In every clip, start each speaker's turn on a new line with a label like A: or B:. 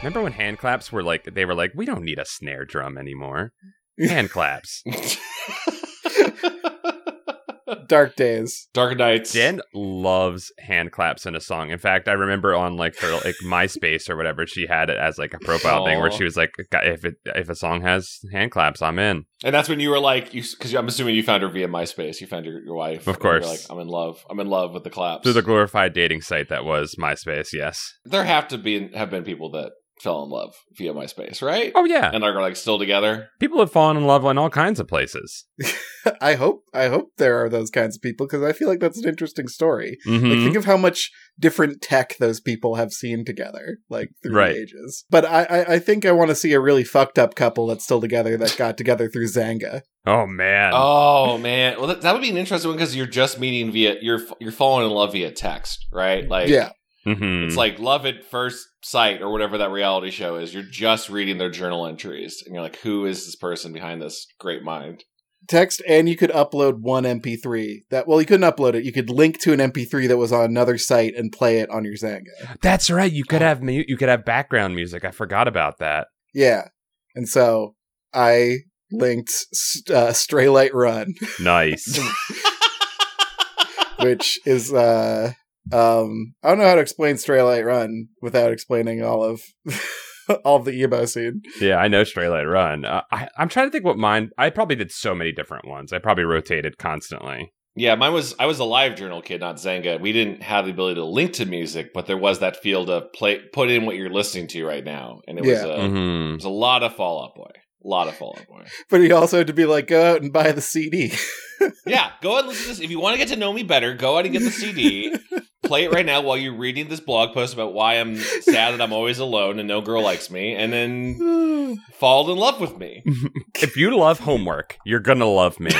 A: Remember when hand claps were like they were like we don't need a snare drum anymore. Hand claps.
B: Dark days.
C: Dark Knights.
A: Jen loves hand claps in a song. In fact, I remember on like her like MySpace or whatever, she had it as like a profile thing where
C: Aw.
A: she was like, if it if a song has hand claps, I'm in.
C: And that's when you were like, you because I'm assuming you found her via MySpace. You found your, your wife.
A: Of
C: and you were
A: course.
C: like, I'm in love. I'm in love with the claps.
A: Through the glorified dating site that was MySpace, yes.
C: there have to be have been people that fell in love via MySpace, right?
A: Oh yeah,
C: And are like still together.
A: people have fallen in love on all kinds of places.
B: I hope I hope there are those kinds of people because I feel like that's an interesting story.
C: Mm-hmm.
B: Like,
A: Mhm.
B: think of how much different tech those people have seen together, like through
A: Right.
B: the ages. But I, I, I think I want to see a really fucked up couple that's still together that got together through Zanga.
A: Oh man,
C: Oh man, well that, that would be an interesting one because you're just meeting via you're you're falling in love via text, right? Like
B: yeah,
A: Mhm.
C: It's like love at first sight or whatever that reality show is. You're just reading their journal entries and you're like, who is this person behind this great mind?
B: text, and you could upload one MP3. That well, you couldn't upload it. You could link to an MP3 that was on another site and play it on your Zanga.
A: that's right. You
C: Oh.
A: could have mu- you could have background music. I forgot about that.
B: Yeah, and so I linked S- uh, Stray Light Run,
A: Nice.
B: which is uh, um, I don't know how to explain Stray Light Run without explaining all of all of the emo scene.
A: Yeah, I know Stray Light Run. Uh, I, I'm trying to think what mine. I probably did so many different ones. I probably rotated constantly.
C: Yeah, mine was I was a live journal kid, not Zanga. We didn't have the ability to link to music, but there was that field of play put in what you're listening to right now. And it was
B: Yeah.
C: a it
A: Mm-hmm.
C: was a lot of Fall Out Boy. A lot of Fall Out Boy.
B: But he also had to be like, go out and buy the CD.
C: yeah, go out and listen to this. If you want to get to know me better, go out and get the CD. Play it right now while you're reading this blog post about why I'm sad that I'm always alone and no girl likes me, and then fall in love with me.
A: If you love homework, you're gonna love me.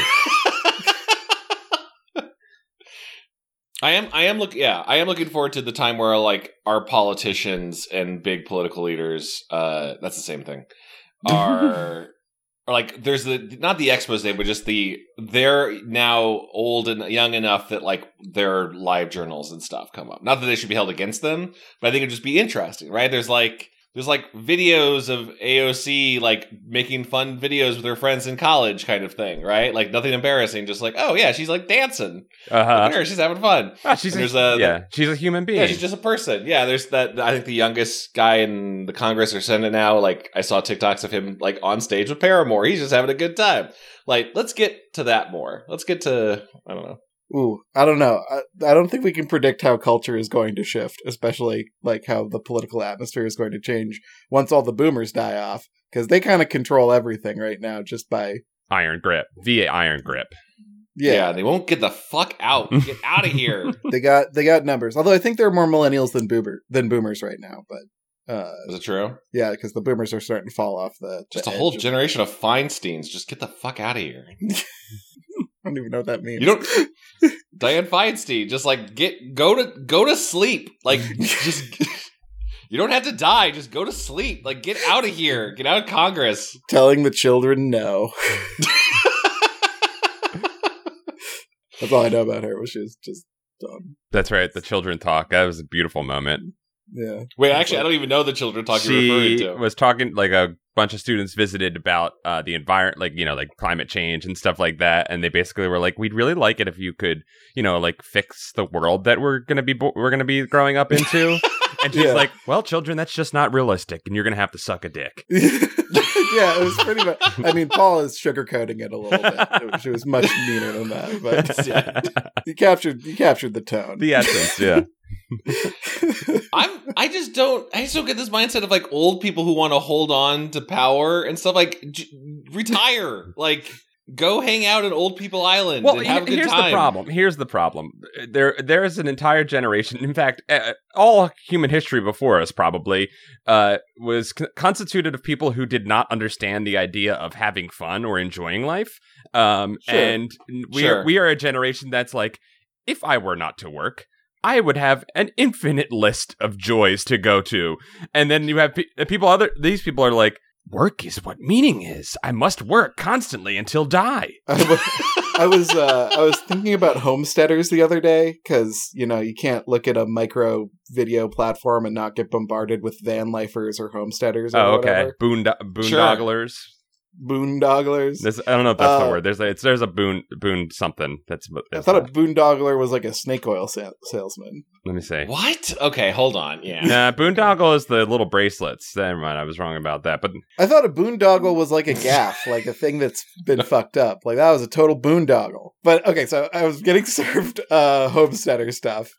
C: I am I am look yeah, I am looking forward to the time where like our politicians and big political leaders, uh that's the same thing. Are are like there's the not the expose, but just the they're now old and young enough that like their live journals and stuff come up. Not that they should be held against them, but I think it'd just be interesting, right? There's like there's like videos of AOC like making fun videos with her friends in college kind of thing, right? Like nothing embarrassing, just like, oh yeah, she's like dancing. Look
A: Uh-huh.
C: at her, she's having fun.
A: Ah, she's
C: There's
A: a,
C: a-
A: yeah, she's a human being.
C: Yeah, she's just a person. Yeah, there's that. I think the youngest guy in the Congress or Senate now. Like, I saw TikToks of him like on stage with Paramore. He's just having a good time. Like, let's get to that more. Let's get to I don't know.
B: Ooh, I don't know. I, I don't think we can predict how culture is going to shift, especially like how the political atmosphere is going to change once all the boomers die off, because they kind of control everything right now just by
A: iron grip, VA iron grip.
B: yeah,
C: they won't get the fuck out. Get out of here.
B: They got they got numbers. Although I think there are more millennials than boomer than boomers right now, but uh,
C: Is it true?
B: yeah, because the boomers are starting to fall off the,
C: Just a
B: the
C: whole
B: edge of-
C: generation of Feinstein's. Just get the fuck out of here.
B: I don't even know what that means.
C: You don't. Diane Feinstein, just like get go to go to sleep. Like just. You don't have to die. Just go to sleep. Like, get out of here. Get out of Congress.
B: telling the children no. That's all I know about her. Was she was just dumb.
A: That's right. The children talk. That was a beautiful moment.
B: Yeah.
C: Wait, actually, I don't even know the children talk you're referring
A: she
C: to.
A: was talking like a bunch of students visited about uh, the environment, like you know, like climate change and stuff like that. And they basically were like, "We'd really like it if you could, you know, like fix the world that we're gonna be bo- we're gonna be growing up into." and she's
B: Yeah.
A: like, "Well, children, that's just not realistic, and you're gonna have to suck a dick."
B: yeah, it was pretty much. I mean, Paul is sugarcoating it a little bit. It was- She was much meaner than that, but yeah, he captured he captured the tone.
A: The essence, yeah.
C: I'm I just don't I just don't get this mindset of like old people who want to hold on to power and stuff like j- retire. Like go hang out at old people island
A: Well,
C: and have a
A: he-
C: good
A: here's
C: time.
A: the problem. Here's the problem. There, there is an entire generation. In fact, uh, all human history before us probably uh, was con- constituted of people who did not understand the idea of having fun or enjoying life. Um,
B: Sure.
A: And we are,
C: Sure.
A: we are a generation that's like, if I were not to work. I would have an infinite list of joys to go to, and then you have pe- people. Other these people are like, work is what meaning is. I must work constantly until die.
B: I, wa- I was uh, I was thinking about homesteaders the other day because you know you can't look at a micro video platform and not get bombarded with van lifers or homesteaders. Or
A: Oh, okay.
B: whatever.
A: Boond- boondogglers.
B: Boondogglers.
A: There's, I don't know if that's the
B: Uh,
A: word. There's a, it's, there's a boon boon something. That's.
B: I
A: that's
B: thought a
A: not-
B: boondoggler was like a snake oil sa- salesman.
A: let me see.
C: What? Okay, hold on. Yeah.
A: Nah, boondoggle is the little bracelets. Never mind, I was wrong about that. But
B: I thought a boondoggle was like a gaff, like a thing that's been fucked up. Like that was a total boondoggle. But okay, so I was getting served uh, homesteader stuff.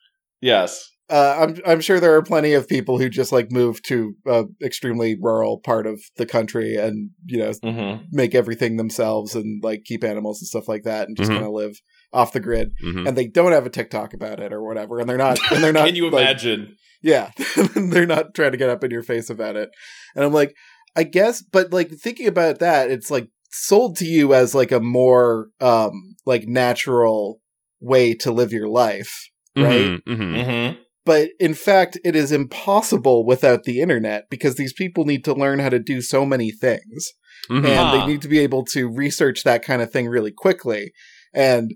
C: Yes.
B: Uh, I'm I'm sure there are plenty of people who just like move to a extremely rural part of the country and you know
C: Mm-hmm.
B: make everything themselves and like keep animals and stuff like that and just
C: Mm-hmm.
A: Mhm.
B: kind of live off the grid
A: mhm.
B: and they don't have a TikTok about it or whatever and they're not and they're not
C: Can you
B: like,
C: imagine?
B: yeah they're not trying to get up in your face about it and i'm like i guess but like thinking about that it's like sold to you as like a more um like natural way to live your life right?
A: Mhm, mhm.
C: Mm-hmm.
B: but in fact it is impossible without the internet because these people need to learn how to do so many things
A: Mhm.
B: and
C: Huh.
B: they need to be able to research that kind of thing really quickly and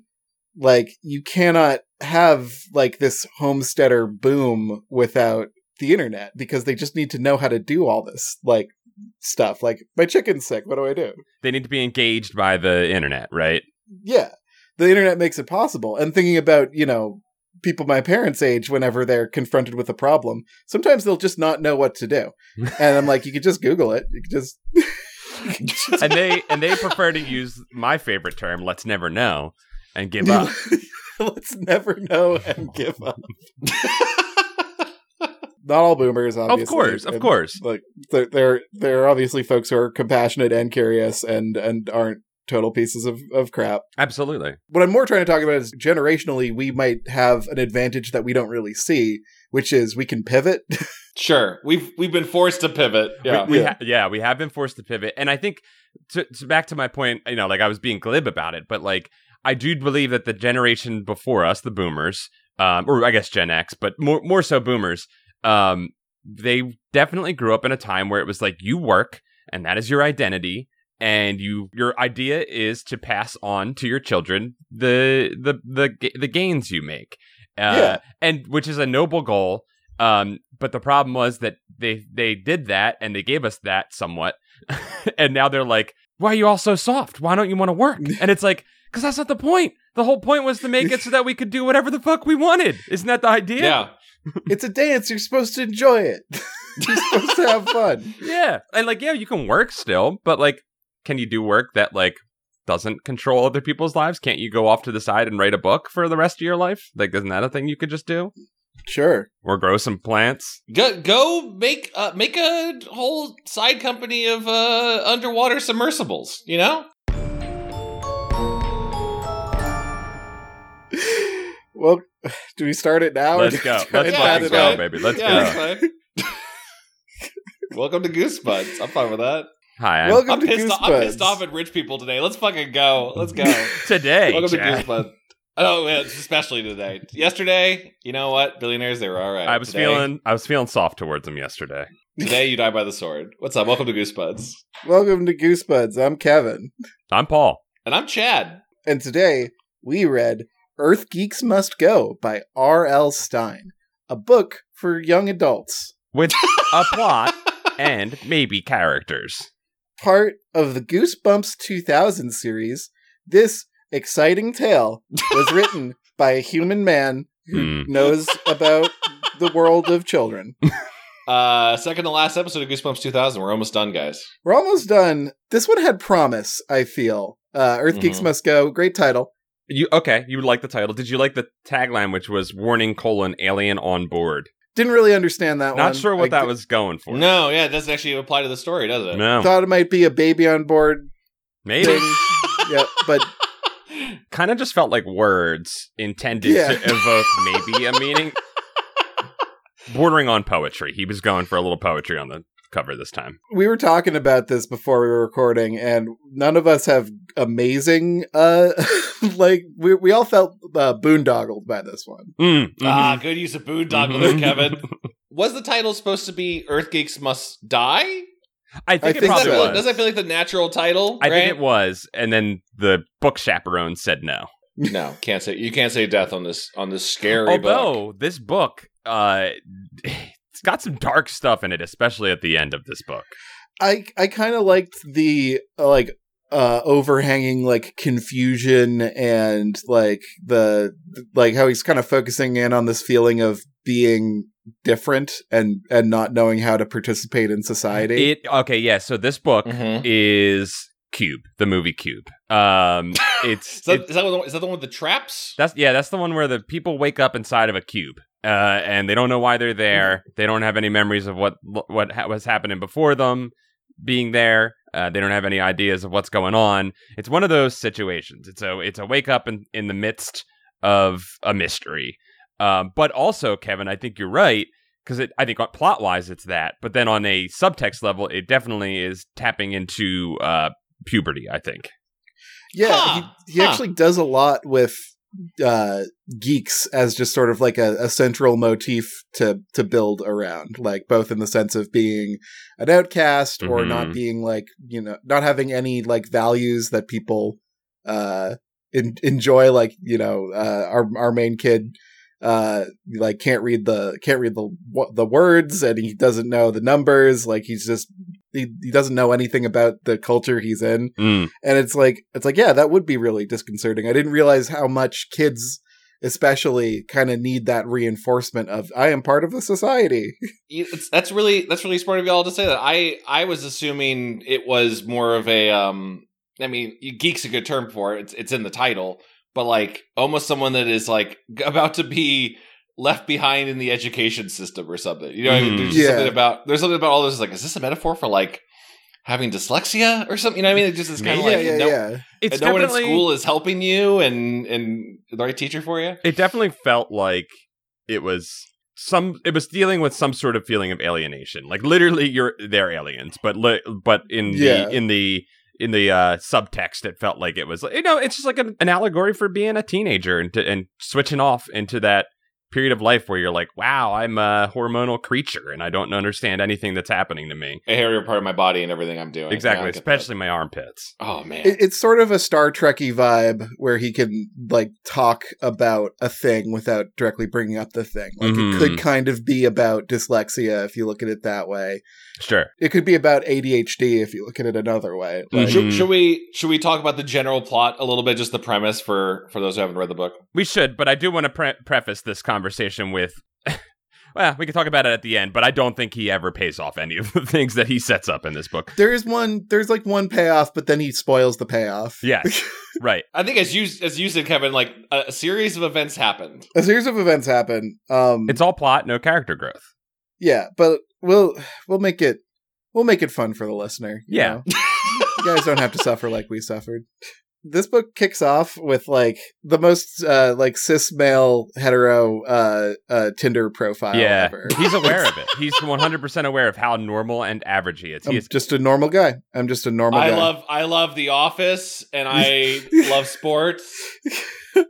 B: like you cannot have like this homesteader boom without the internet because they just need to know how to do all this like stuff like my chicken's sick what do i do
A: They need to be engaged by the internet, right?
B: yeah the internet makes it possible and thinking about you know people my parents age whenever they're confronted with a problem sometimes they'll just not know what to do and i'm like you could just google it you could just
C: Mm-hmm.
A: And they and they prefer to use my favorite term, "let's never know," and give up.
B: let's never know and give up not all boomers, obviously.
A: of course, of
B: And,
A: course.
B: Like there, there, there are obviously folks who are compassionate and curious and and aren't total pieces of, of crap.
A: Absolutely.
B: What I'm more trying to talk about is generationally, we might have an advantage that we don't really see, which is we can pivot.
C: sure. We've we've been forced to pivot. Yeah.
A: We, we
B: Yeah.
A: Ha- yeah, we have been forced to pivot. And I think to, to back to my point, you know, like I was being glib about it, but like I do believe that the generation before us, the boomers, um, or I guess Gen X, but more more so boomers, um, they definitely grew up in a time where it was like you work and that is your identity and you your idea is to pass on to your children the the the ga- the gains you make uh,
B: Yeah.
A: and which is a noble goal um but the problem was that they they did that and they gave us that somewhat and now they're like why are you all so soft why don't you want to work and it's like because that's not the point the whole point was to make it so that we could do whatever the fuck we wanted isn't that the idea
C: yeah.
B: it's a dance. You're supposed to enjoy it. You're supposed to have fun.
A: Yeah. And like, yeah, you can work still, but like, can you do work that like doesn't control other people's lives? Can't you go off to the side and write a book for the rest of your life? Like, isn't that a thing you could just do?
B: Sure.
A: Or grow some plants?
C: Go go make uh, make a whole side company of uh, underwater submersibles. You know.
B: Well, do we start it now? or
A: Let's
B: do we
A: go.
B: try
A: Let's
B: and
C: Yeah,
B: add
A: fucking
C: that's
B: it
A: go,
B: up?
C: fine.
A: baby. Let's
C: yeah.
A: go.
C: that's fine. Welcome to Goosebuds. I'm fine with that.
A: Hi, I'm
B: Welcome
C: I'm
B: to
C: pissed,
B: Goosebuds.
C: off, I'm pissed off at rich people today. Let's fucking go. Let's go.
A: today.
C: Welcome
A: Jack.
C: to Goosebuds. Oh, yeah, especially today. Yesterday, you know what? Billionaires, they were all right.
A: I was
C: Today-
A: feeling I was feeling soft towards him yesterday.
C: Today, you die by the sword. What's up? Welcome to Goosebuds.
B: Welcome to Goosebuds. I'm Kevin.
A: I'm Paul.
C: And I'm Chad.
B: And today we read Earth Geeks Must Go by R.L. Stein, a book for young adults,
A: With a plot and maybe characters.
B: part of the Goosebumps 2000 series. This exciting tale was written by a human man who
A: Hmm.
B: knows about the world of children.
C: Uh, second to last episode of Goosebumps 2000. We're almost done, guys.
B: We're almost done. This one had promise, I feel. Uh, Earth Geeks
A: Mm-hmm.
C: Mhm.
B: Must Go, great title.
A: You okay, you like the title. Did you like the tagline which was warning colon alien on board?
B: Didn't really understand that one.
A: Not sure what
B: I
A: that
B: d-
A: was going for.
C: No, yeah, it doesn't actually apply to the story, does it?
A: No.
B: Thought it might be a baby on board
A: Maybe.
B: thing. yeah, but
A: kind of just felt like words intended
B: Yeah.
A: to evoke maybe a meaning. Bordering on poetry. He was going for a little poetry on the cover this time.
B: we were talking about this before we were recording and none of us have amazing uh like we we all felt uh, boondoggled by this one
A: Mm, mhm.
C: Ah, good
A: Mm-hmm.
C: use of boondoggle there,
A: Mhm.
C: Kevin. Was the title supposed to be Earth Geeks Must Die?
A: I think
B: I
A: it
B: think
A: probably
B: so.
A: was.
C: does that feel like the natural title?
A: I
C: right?
A: think it was, and then the book chaperone said no.
C: No, can't say you can't say death on this on this scary book.
A: Although this book, uh, it's got some dark stuff in it, especially at the end of this book.
B: I I kind of liked the uh, like uh overhanging like confusion and like the like how he's kind of focusing in on this feeling of being different and and not knowing how to participate in society.
A: It okay, yeah. So this book
C: Mhm.
A: is Cube, the movie Cube. Um, it's
C: Is that,
A: it-
C: is that the one, is that the one with the traps?
A: that's yeah, that's the one where the people wake up inside of a cube. Uh, and they don't know why they're there. They don't have any memories of what what ha- was happening before them being there. Uh, they don't have any ideas of what's going on. It's one of those situations. It's a it's a wake up in, in the midst of a mystery. Um, but also, Kevin, I think you're right because I think plot wise it's that, but then on a subtext level, it definitely is tapping into uh, puberty. I think.
B: yeah,
C: Huh,
B: he, he
C: huh.
B: actually does a lot with uh geeks as just sort of like a, a central motif to to build around like both in the sense of being an outcast or
A: Mhm.
C: Mm-hmm.
B: not being like you know not having any like values that people uh en- enjoy like you know uh our our main kid uh like can't read the can't read the wo- the words and he doesn't know the numbers like he's just he, he doesn't know anything about the culture he's in
A: Mm.
B: and it's like it's like yeah that would be really disconcerting i didn't realize how much kids especially kind of need that reinforcement of i am part of the society
C: You- it's- that's really that's really smart of y'all to say that. I I was assuming it was more of a um. I mean, geek's a good term for it. It's it's in the title, but like almost someone that is like g- about to be left behind in the education system or something. You know, what I mean?
A: Mm.
C: there's just
B: Yeah.
C: something about there's something about all this. Like, is this a metaphor for like having dyslexia or something? You know, what I mean, it just is kind
A: Maybe.
C: of like
B: yeah yeah
C: no,
B: yeah
A: It's
C: and no one in
A: definitely
C: school is helping you and and the right teacher for you.
A: it definitely felt like it was some it was dealing with some sort of feeling of alienation like literally you're they're aliens but li- but in
B: Yeah.
A: the in the in the uh subtext it felt like it was you know it's just like an, an allegory for being a teenager and to, and switching off into that period of life where you're like wow i'm a hormonal creature and i don't understand anything that's happening to me
C: I hear every part of my body and everything I'm doing.
A: exactly
C: Yeah, I get that.
A: especially my armpits
C: Oh man.
B: It, it's sort of a star trekky vibe where he can like talk about a thing without directly bringing up the thing like
A: Mhm.
B: it could kind of be about dyslexia if you look at it that way
A: sure
B: it could be about adhd if you look at it another way like,
A: Mhm.
C: Should, should we should we talk about the general plot a little bit, just the premise for for those who haven't read the book?
A: We should, but I do want to pre- preface this conversation with. well, we can talk about it at the end, but I don't think he ever pays off any of the things that he sets up in this book.
B: there is one there's like one payoff but then he spoils the payoff
A: Yes, right.
C: I think as you as you said, Kevin, like a, a series of events happened.
B: a series of events happen um
A: It's all plot, no character growth.
B: Yeah, but we'll we'll make it we'll make it fun for the listener. you
A: Yeah.
B: know? you guys don't have to suffer like we suffered. This book kicks off with like the most uh like cis male hetero uh uh Tinder profile
A: yeah,
B: ever.
A: he's aware of it. He's 100% aware of how normal and average he is. He
B: I'm
A: is
B: just a normal guy. I'm just a normal
C: I
B: guy.
C: love I love The Office and I love sports.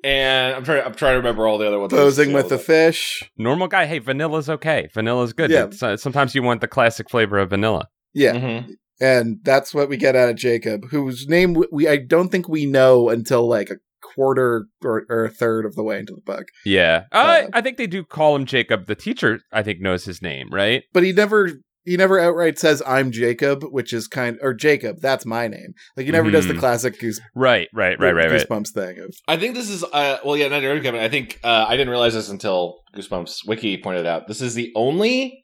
C: And I'm trying I'm trying to remember all the other ones. I used to
B: posing
C: do.
B: with the fish.
A: normal guy. Hey, vanilla's okay. Vanilla's good.
B: Um, Yeah.
A: It's, uh, sometimes you want the classic flavor of vanilla.
B: Yeah.
C: Mhm.
A: Mm-hmm.
B: and that's what we get out of Jacob, whose name we- we I don't think we know until like a quarter or, or a third of the way into the book.
A: Yeah. Uh,
B: Uh,
A: I think they do call him Jacob. The teacher, I think, knows his name, right?
B: but he never he never outright says I'm Jacob, which is kind or Jacob, that's my name. Like he never does the
A: Mhm.
B: classic goose
A: Right, right, right, right, right.
B: goosebumps thing of
C: I think this is uh well yeah, not you're right, Kevin. I think uh, I didn't realize this until Goosebumps Wiki pointed out. This is the only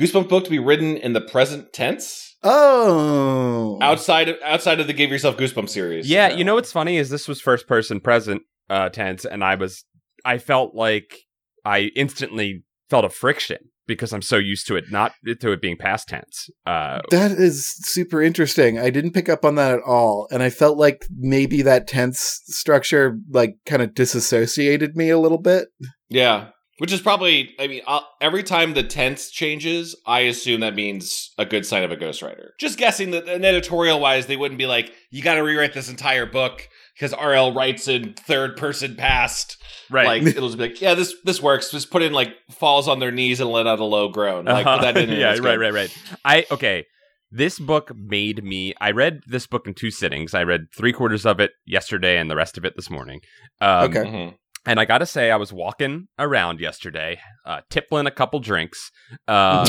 C: Goosebumps book to be written in the present tense.
B: Oh
C: outside of outside of the give yourself goosebumps series
A: Yeah, you know what's funny is this was first person present uh, tense, and I was I felt like I instantly felt a friction because I'm so used to it not to it being past tense. Uh,
B: That is super interesting. I didn't pick up on that at all. And I felt like maybe that tense structure like kind of disassociated me a little bit.
C: yeah which is probably i mean i every time the tense changes i assume that means a good sign of a ghostwriter just guessing that an editorial wise they wouldn't be like you gotta rewrite this entire book because rl writes in third person past
A: right.
C: like it'll just be like yeah this this works just put in like falls on their knees and let out a low groan like but that didn't
A: Uh-huh. yeah,
C: that's
A: right, right,
C: good.
A: right. I okay. This book made me. I read this book in two sittings. I read three quarters of it yesterday and the rest of it this morning. Um,
B: Okay.
C: Mhm.
A: And I gotta say, I was walking around yesterday, uh, tippling a couple drinks, um,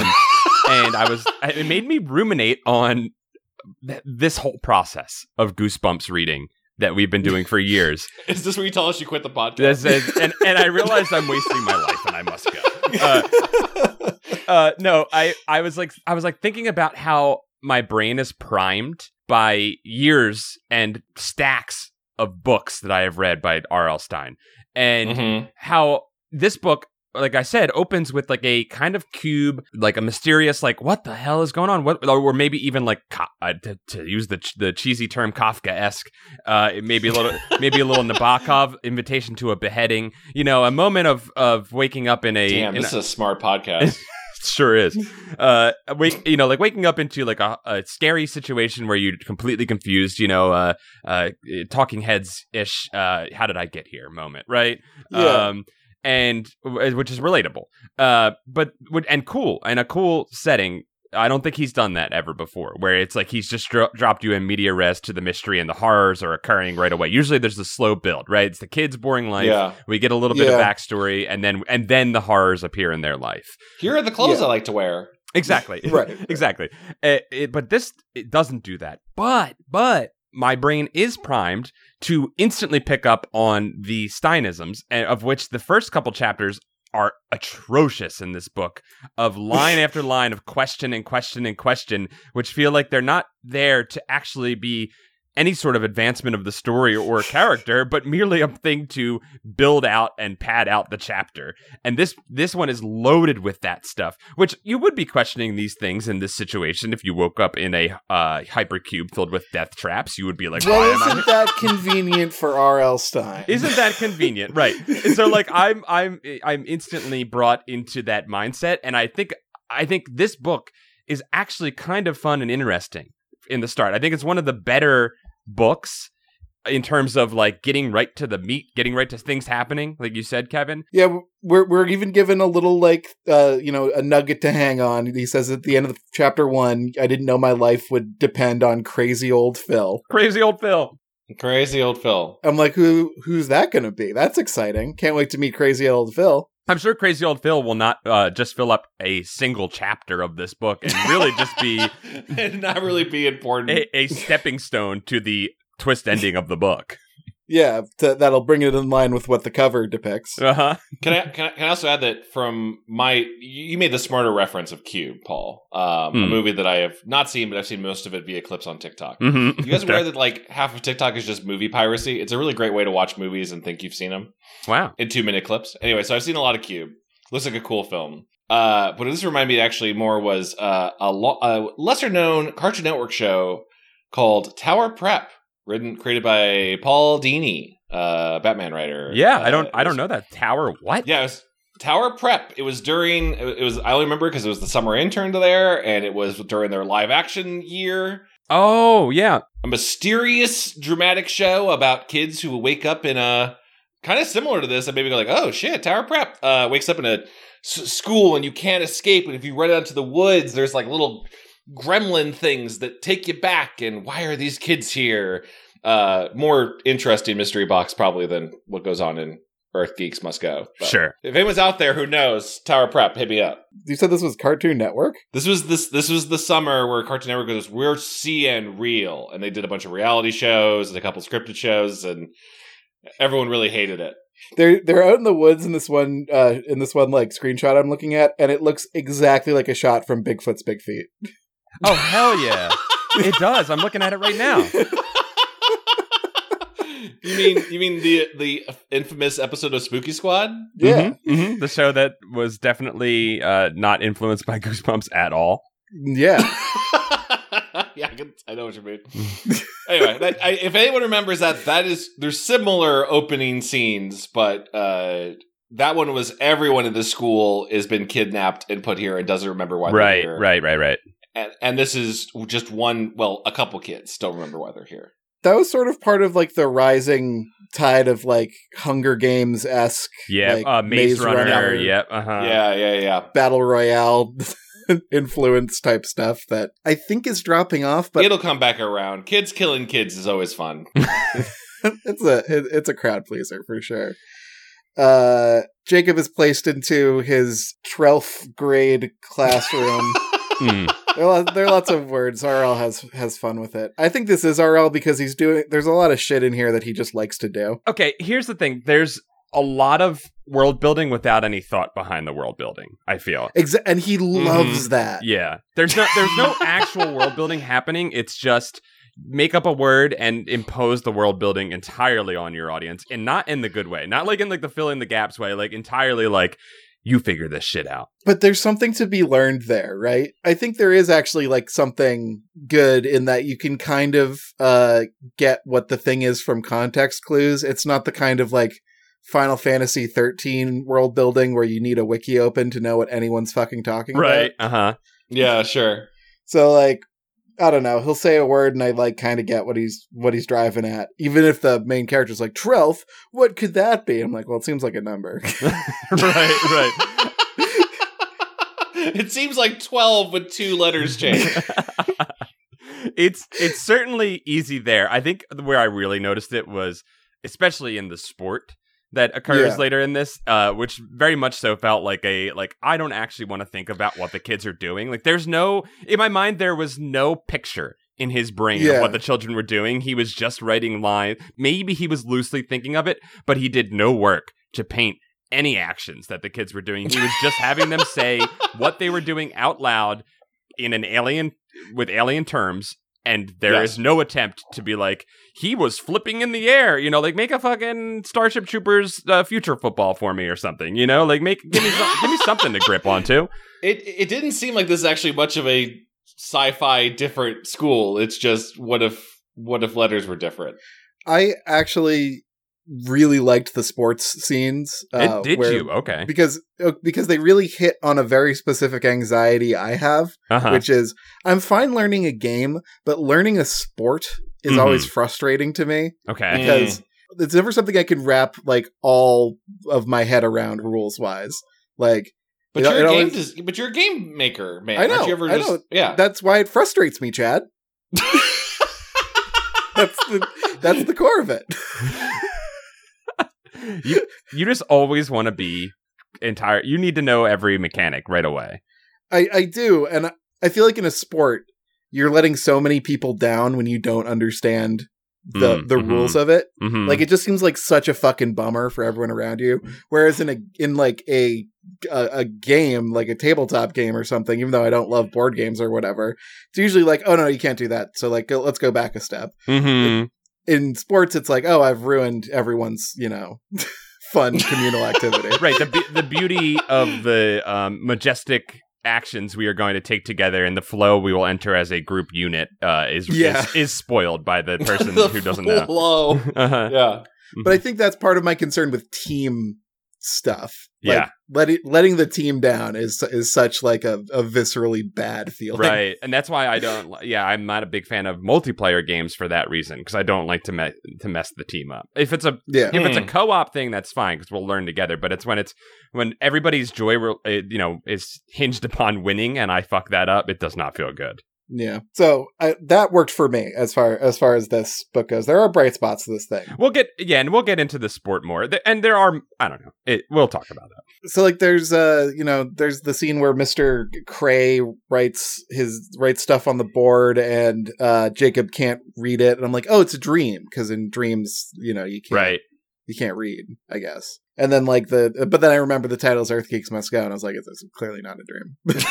A: and I was. It made me ruminate on th- this whole process of Goosebumps reading that we've been doing for years.
C: Is this where you tell us you quit the podcast?
A: This is- and and I realized I'm wasting my life, and I must go. Uh, uh no i i was like i was like thinking about how my brain is primed by years and stacks of books that i have read by rl stein and
C: Mhm.
A: how this book like i said opens with like a kind of cube like a mysterious like what the hell is going on what or maybe even like co- uh, to, to use the ch- the cheesy term kafka-esque uh it may be a little maybe a little nabokov invitation to a beheading you know a moment of of waking up in a
C: Damn,
A: in
C: this is a smart podcast.
A: sure is. Uh, wake, you know, like waking up into like a, a scary situation where you're completely confused. You know, uh, uh, talking heads ish. Uh, how did I get here? Moment, right?
B: Yeah.
A: Um, and which is relatable. Uh, but would- and cool and a cool setting. I don't think he's done that ever before, where it's like he's just dro- dropped you in media res to the mystery and the horrors are occurring right away. Usually, there's the slow build, right? It's the kid's boring life.
C: yeah.
A: We get a little bit of
B: Yeah.
A: backstory, and then and then the horrors appear in their life.
C: Here are the clothes
B: Yeah.
C: I like to wear.
A: Exactly.
B: Right, right.
A: exactly. Uh, it- but this it doesn't do that. But but my brain is primed to instantly pick up on the Steinisms, and of which the first couple chapters are atrocious in this book of line after line of question and question and question, which feel like they're not there to actually be any sort of advancement of the story or character, but merely a thing to build out and pad out the chapter. And this this one is loaded with that stuff, which you would be questioning these things in this situation if you woke up in a uh, hypercube filled with death traps. You would be like, why am
B: well,
A: I?
B: isn't that convenient for R.L. Stein?
A: Isn't that convenient? right. And so like I'm I'm I'm instantly brought into that mindset and I think I think this book is actually kind of fun and interesting in the start. I think it's one of the better books in terms of like getting right to the meat, getting right to things happening, like you said, Kevin.
B: Yeah, w- we're we're even given a little like uh you know a nugget to hang on. He says at the end of chapter one, I didn't know my life would depend on crazy old Phil.
A: Crazy old Phil.
C: Crazy old Phil.
B: I'm like, who who's that going to be? That's exciting. Can't wait to meet crazy old Phil.
A: I'm sure Crazy Old Phil will not uh, just fill up a single chapter of this book and really just be
C: and not really be important.
A: a, a stepping stone to the twist ending of the book.
B: Yeah, th- that'll bring it in line with what the cover depicts.
A: Uh-huh.
C: Can I, can I can I also add that from my you you made the smarter reference of Cube, Paul, um, a
A: Hmm.
C: movie that I have not seen, but I've seen most of it via clips on TikTok.
A: Mm-hmm.
C: You guys aware that like half of TikTok is just movie piracy? It's a really great way to watch movies and think you've seen them
A: Wow.
C: in two minute clips. Anyway, so I've seen a lot of Cube. Looks like a cool film. Uh, but this reminded me actually more was uh, a, lo- a lesser known Cartoon Network show called Tower Prep, written created by Paul Dini, uh, Batman writer.
A: Yeah, I don't
C: Uh,
A: I
C: it was-
A: don't know that tower. What?
C: yeah, it was Tower Prep. It was during it was I only remember because it was the summer intern to there, and it was during their live action year.
A: Oh, yeah.
C: A mysterious, dramatic show about kids who wake up in a kind of similar to this, and maybe go like, "Oh shit, Tower Prep!" Uh, wakes up in a s- school and you can't escape, and if you run out to the woods, there's like little gremlin things that take you back, and why are these kids here? Uh, more interesting mystery box probably than what goes on in Earth Geeks Must Go. but-
A: Sure.
C: if anyone's out there who knows Tower Prep, hit me up.
B: You said this was Cartoon Network.
C: This was this this was the summer where Cartoon Network goes, "We're CN real," and they did a bunch of reality shows and a couple scripted shows, and everyone really hated it.
B: They're they're out in the woods in this one uh in this one like screenshot I'm looking at, and it looks exactly like a shot from Bigfoot's Big Feet.
A: Oh, hell yeah. it does. I'm looking at it right now.
C: you mean you mean the the infamous episode of Spooky Squad?
B: Yeah.
A: Mhm, mhm. The show that was definitely uh, not influenced by Goosebumps at all.
B: Yeah.
C: yeah, I, can, I know what you mean. anyway, that, I, if anyone remembers that, that is there's similar opening scenes, but uh, that one was everyone in the school has been kidnapped and put here and doesn't remember why they're
A: Right,
C: here.
A: right, right, right.
C: And, and this is just one, well, a couple kids don't remember why they're here.
B: that was sort of part of like the rising tide of like Hunger Games esque
A: Yeah,
B: Like
A: uh, Maze,
B: Maze
A: Runner.
B: Runner.
A: Yep. Uh huh.
C: yeah, yeah, yeah.
B: battle royale influence type stuff that I think is dropping off, but
C: It'll come back around. Kids killing kids is always fun.
B: it's a it, it's a crowd pleaser for sure. Uh, Jacob is placed into his twelfth grade classroom.
A: Hmm.
B: there, are, there are lots of words. RL has has fun with it. I think this is RL because he's doing. There's a lot of shit in here that he just likes to do.
A: Okay, here's the thing. There's a lot of world building without any thought behind the world building. I feel.
B: Exa- and he loves that.
A: Yeah. There's no there's no actual world building happening. It's just make up a word and impose the world building entirely on your audience and not in the good way. Not like in like the fill in the gaps way, like entirely like you figure this shit out.
B: But there's something to be learned there, right? I think there is actually like something good in that you can kind of uh get what the thing is from context clues. It's not the kind of like Final Fantasy 13 world building where you need a wiki open to know what anyone's fucking talking about.
A: Right. Uh-huh.
C: yeah, sure.
B: So like I don't know, he'll say a word and I like kind of get what he's what he's driving at. Even if the main character's like, Trelf, what could that be? I'm like, well it seems like a number.
A: right, right.
C: it seems like 12 with two letters changed.
A: it's it's certainly easy there. I think where I really noticed it was especially in the sport that occurs
B: Yeah.
A: later in this, uh, which very much so felt like a like I don't actually want to think about what the kids are doing. Like there's no in my mind there was no picture in his brain
B: Yeah.
A: of what the children were doing. He was just writing lines. Maybe he was loosely thinking of it, but he did no work to paint any actions that the kids were doing. He was just having them say what they were doing out loud in an alien with alien terms and there is
C: Yes.
A: no attempt to be like he was flipping in the air you know like make a fucking starship troopers uh, future football for me or something you know like make give me some, give me something to grip onto
C: It it didn't seem like this is actually much of a sci-fi different school. It's just what if what if letters were different?
B: I actually really liked the sports scenes. uh,
A: it did
B: where-
A: you eh? okay
B: Because uh, because they really hit on a very specific anxiety I have,
A: uh-huh.
B: which is I'm fine learning a game, but learning a sport is
A: Mhm.
B: always frustrating to me
A: okay
B: because it's never something I can wrap like all of my head around rules wise. Like
C: But
B: It-
C: you're
B: it
C: a game
B: always-
C: des- but you're a game maker, man.
B: I know,
C: Aren't you ever
B: I
C: just
B: know.
C: yeah.
B: that's why it frustrates me, Chad. That's the that's the core of it.
A: you, you just always want to be entire you need to know every mechanic right away
B: I, I do, and I feel like in a sport, you're letting so many people down when you don't understand the
A: Mm,
B: the
A: mhm.
B: rules of it.
A: Mhm.
B: Like it just seems like such a fucking bummer for everyone around you. Whereas in a in like a a, a game, like a tabletop game or something, even though I don't love board games or whatever, it's usually like, oh no, you can't do that. So like, go, let's go back a step.
A: Mhm.
B: In sports, it's like, oh, I've ruined everyone's you know fun communal activity.
A: right the, be- the beauty of the um, majestic actions we are going to take together and the flow we will enter as a group unit uh, is,
B: Yeah.
A: is is spoiled by the person
C: The
A: who doesn't know
C: flow.
A: uh-huh.
C: yeah.
B: but I think that's part of my concern with team stuff. Like,
A: Yeah.
B: letting letting the team down is is such like a, a viscerally bad feeling.
A: right and that's why i don't li- yeah i'm not a big fan of multiplayer games for that reason because i don't like to me- to mess the team up if it's a
B: Yeah.
A: if it's a
C: Hmm.
A: co-op thing that's fine because we'll learn together but it's when it's when everybody's joy re- uh, you know is hinged upon winning and i fuck that up it does not feel good
B: Yeah. So I, that worked for me as far as far as this book goes. There are bright spots to this thing.
A: We'll get yeah, and we'll get into the sport more. Th- And there are I don't know. It, we'll talk about that.
B: So like there's uh you know there's the scene where Mr. Cray writes his writes stuff on the board and uh Jacob can't read it and I'm like, "Oh, it's a dream" because in dreams, you know, you can't you can't read, I guess. And then like the but then I remember the title's Earth Geeks Must Go, and I was like, it's, it's clearly not a dream.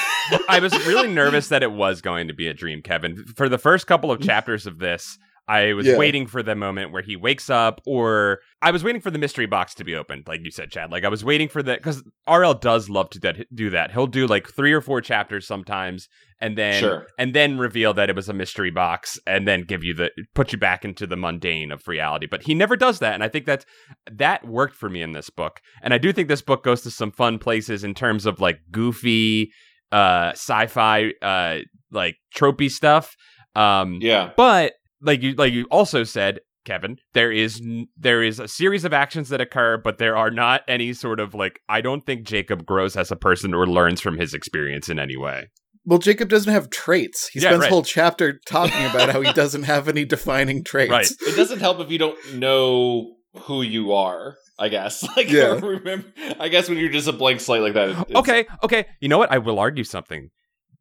A: I was really nervous that it was going to be a dream, Kevin. For the first couple of chapters of this, I was
B: Yeah.
A: waiting for the moment where he wakes up, or I was waiting for the mystery box to be opened, like you said, Chad. Like I was waiting for that because RL does love to that- do that. He'll do like three or four chapters sometimes, and then
C: Sure.
A: and then reveal that it was a mystery box, and then give you the put you back into the mundane of reality. But he never does that, and I think that's that worked for me in this book. And I do think this book goes to some fun places in terms of like goofy uh sci-fi uh like tropey stuff um
C: Yeah.
A: but like you like you also said Kevin there is n- there is a series of actions that occur but there are not any sort of like I don't think Jacob grows as a person or learns from his experience in any way
B: Well, Jacob doesn't have traits. He
A: Yeah,
B: spends
A: right.
B: a whole chapter talking about how he doesn't have any defining traits.
A: Right.
C: It doesn't help if you don't know who you are. I guess. Like,
B: Yeah.
C: remember. I guess when you're just a blank slate like that. It, it's-
A: okay, okay. You know what? I will argue something.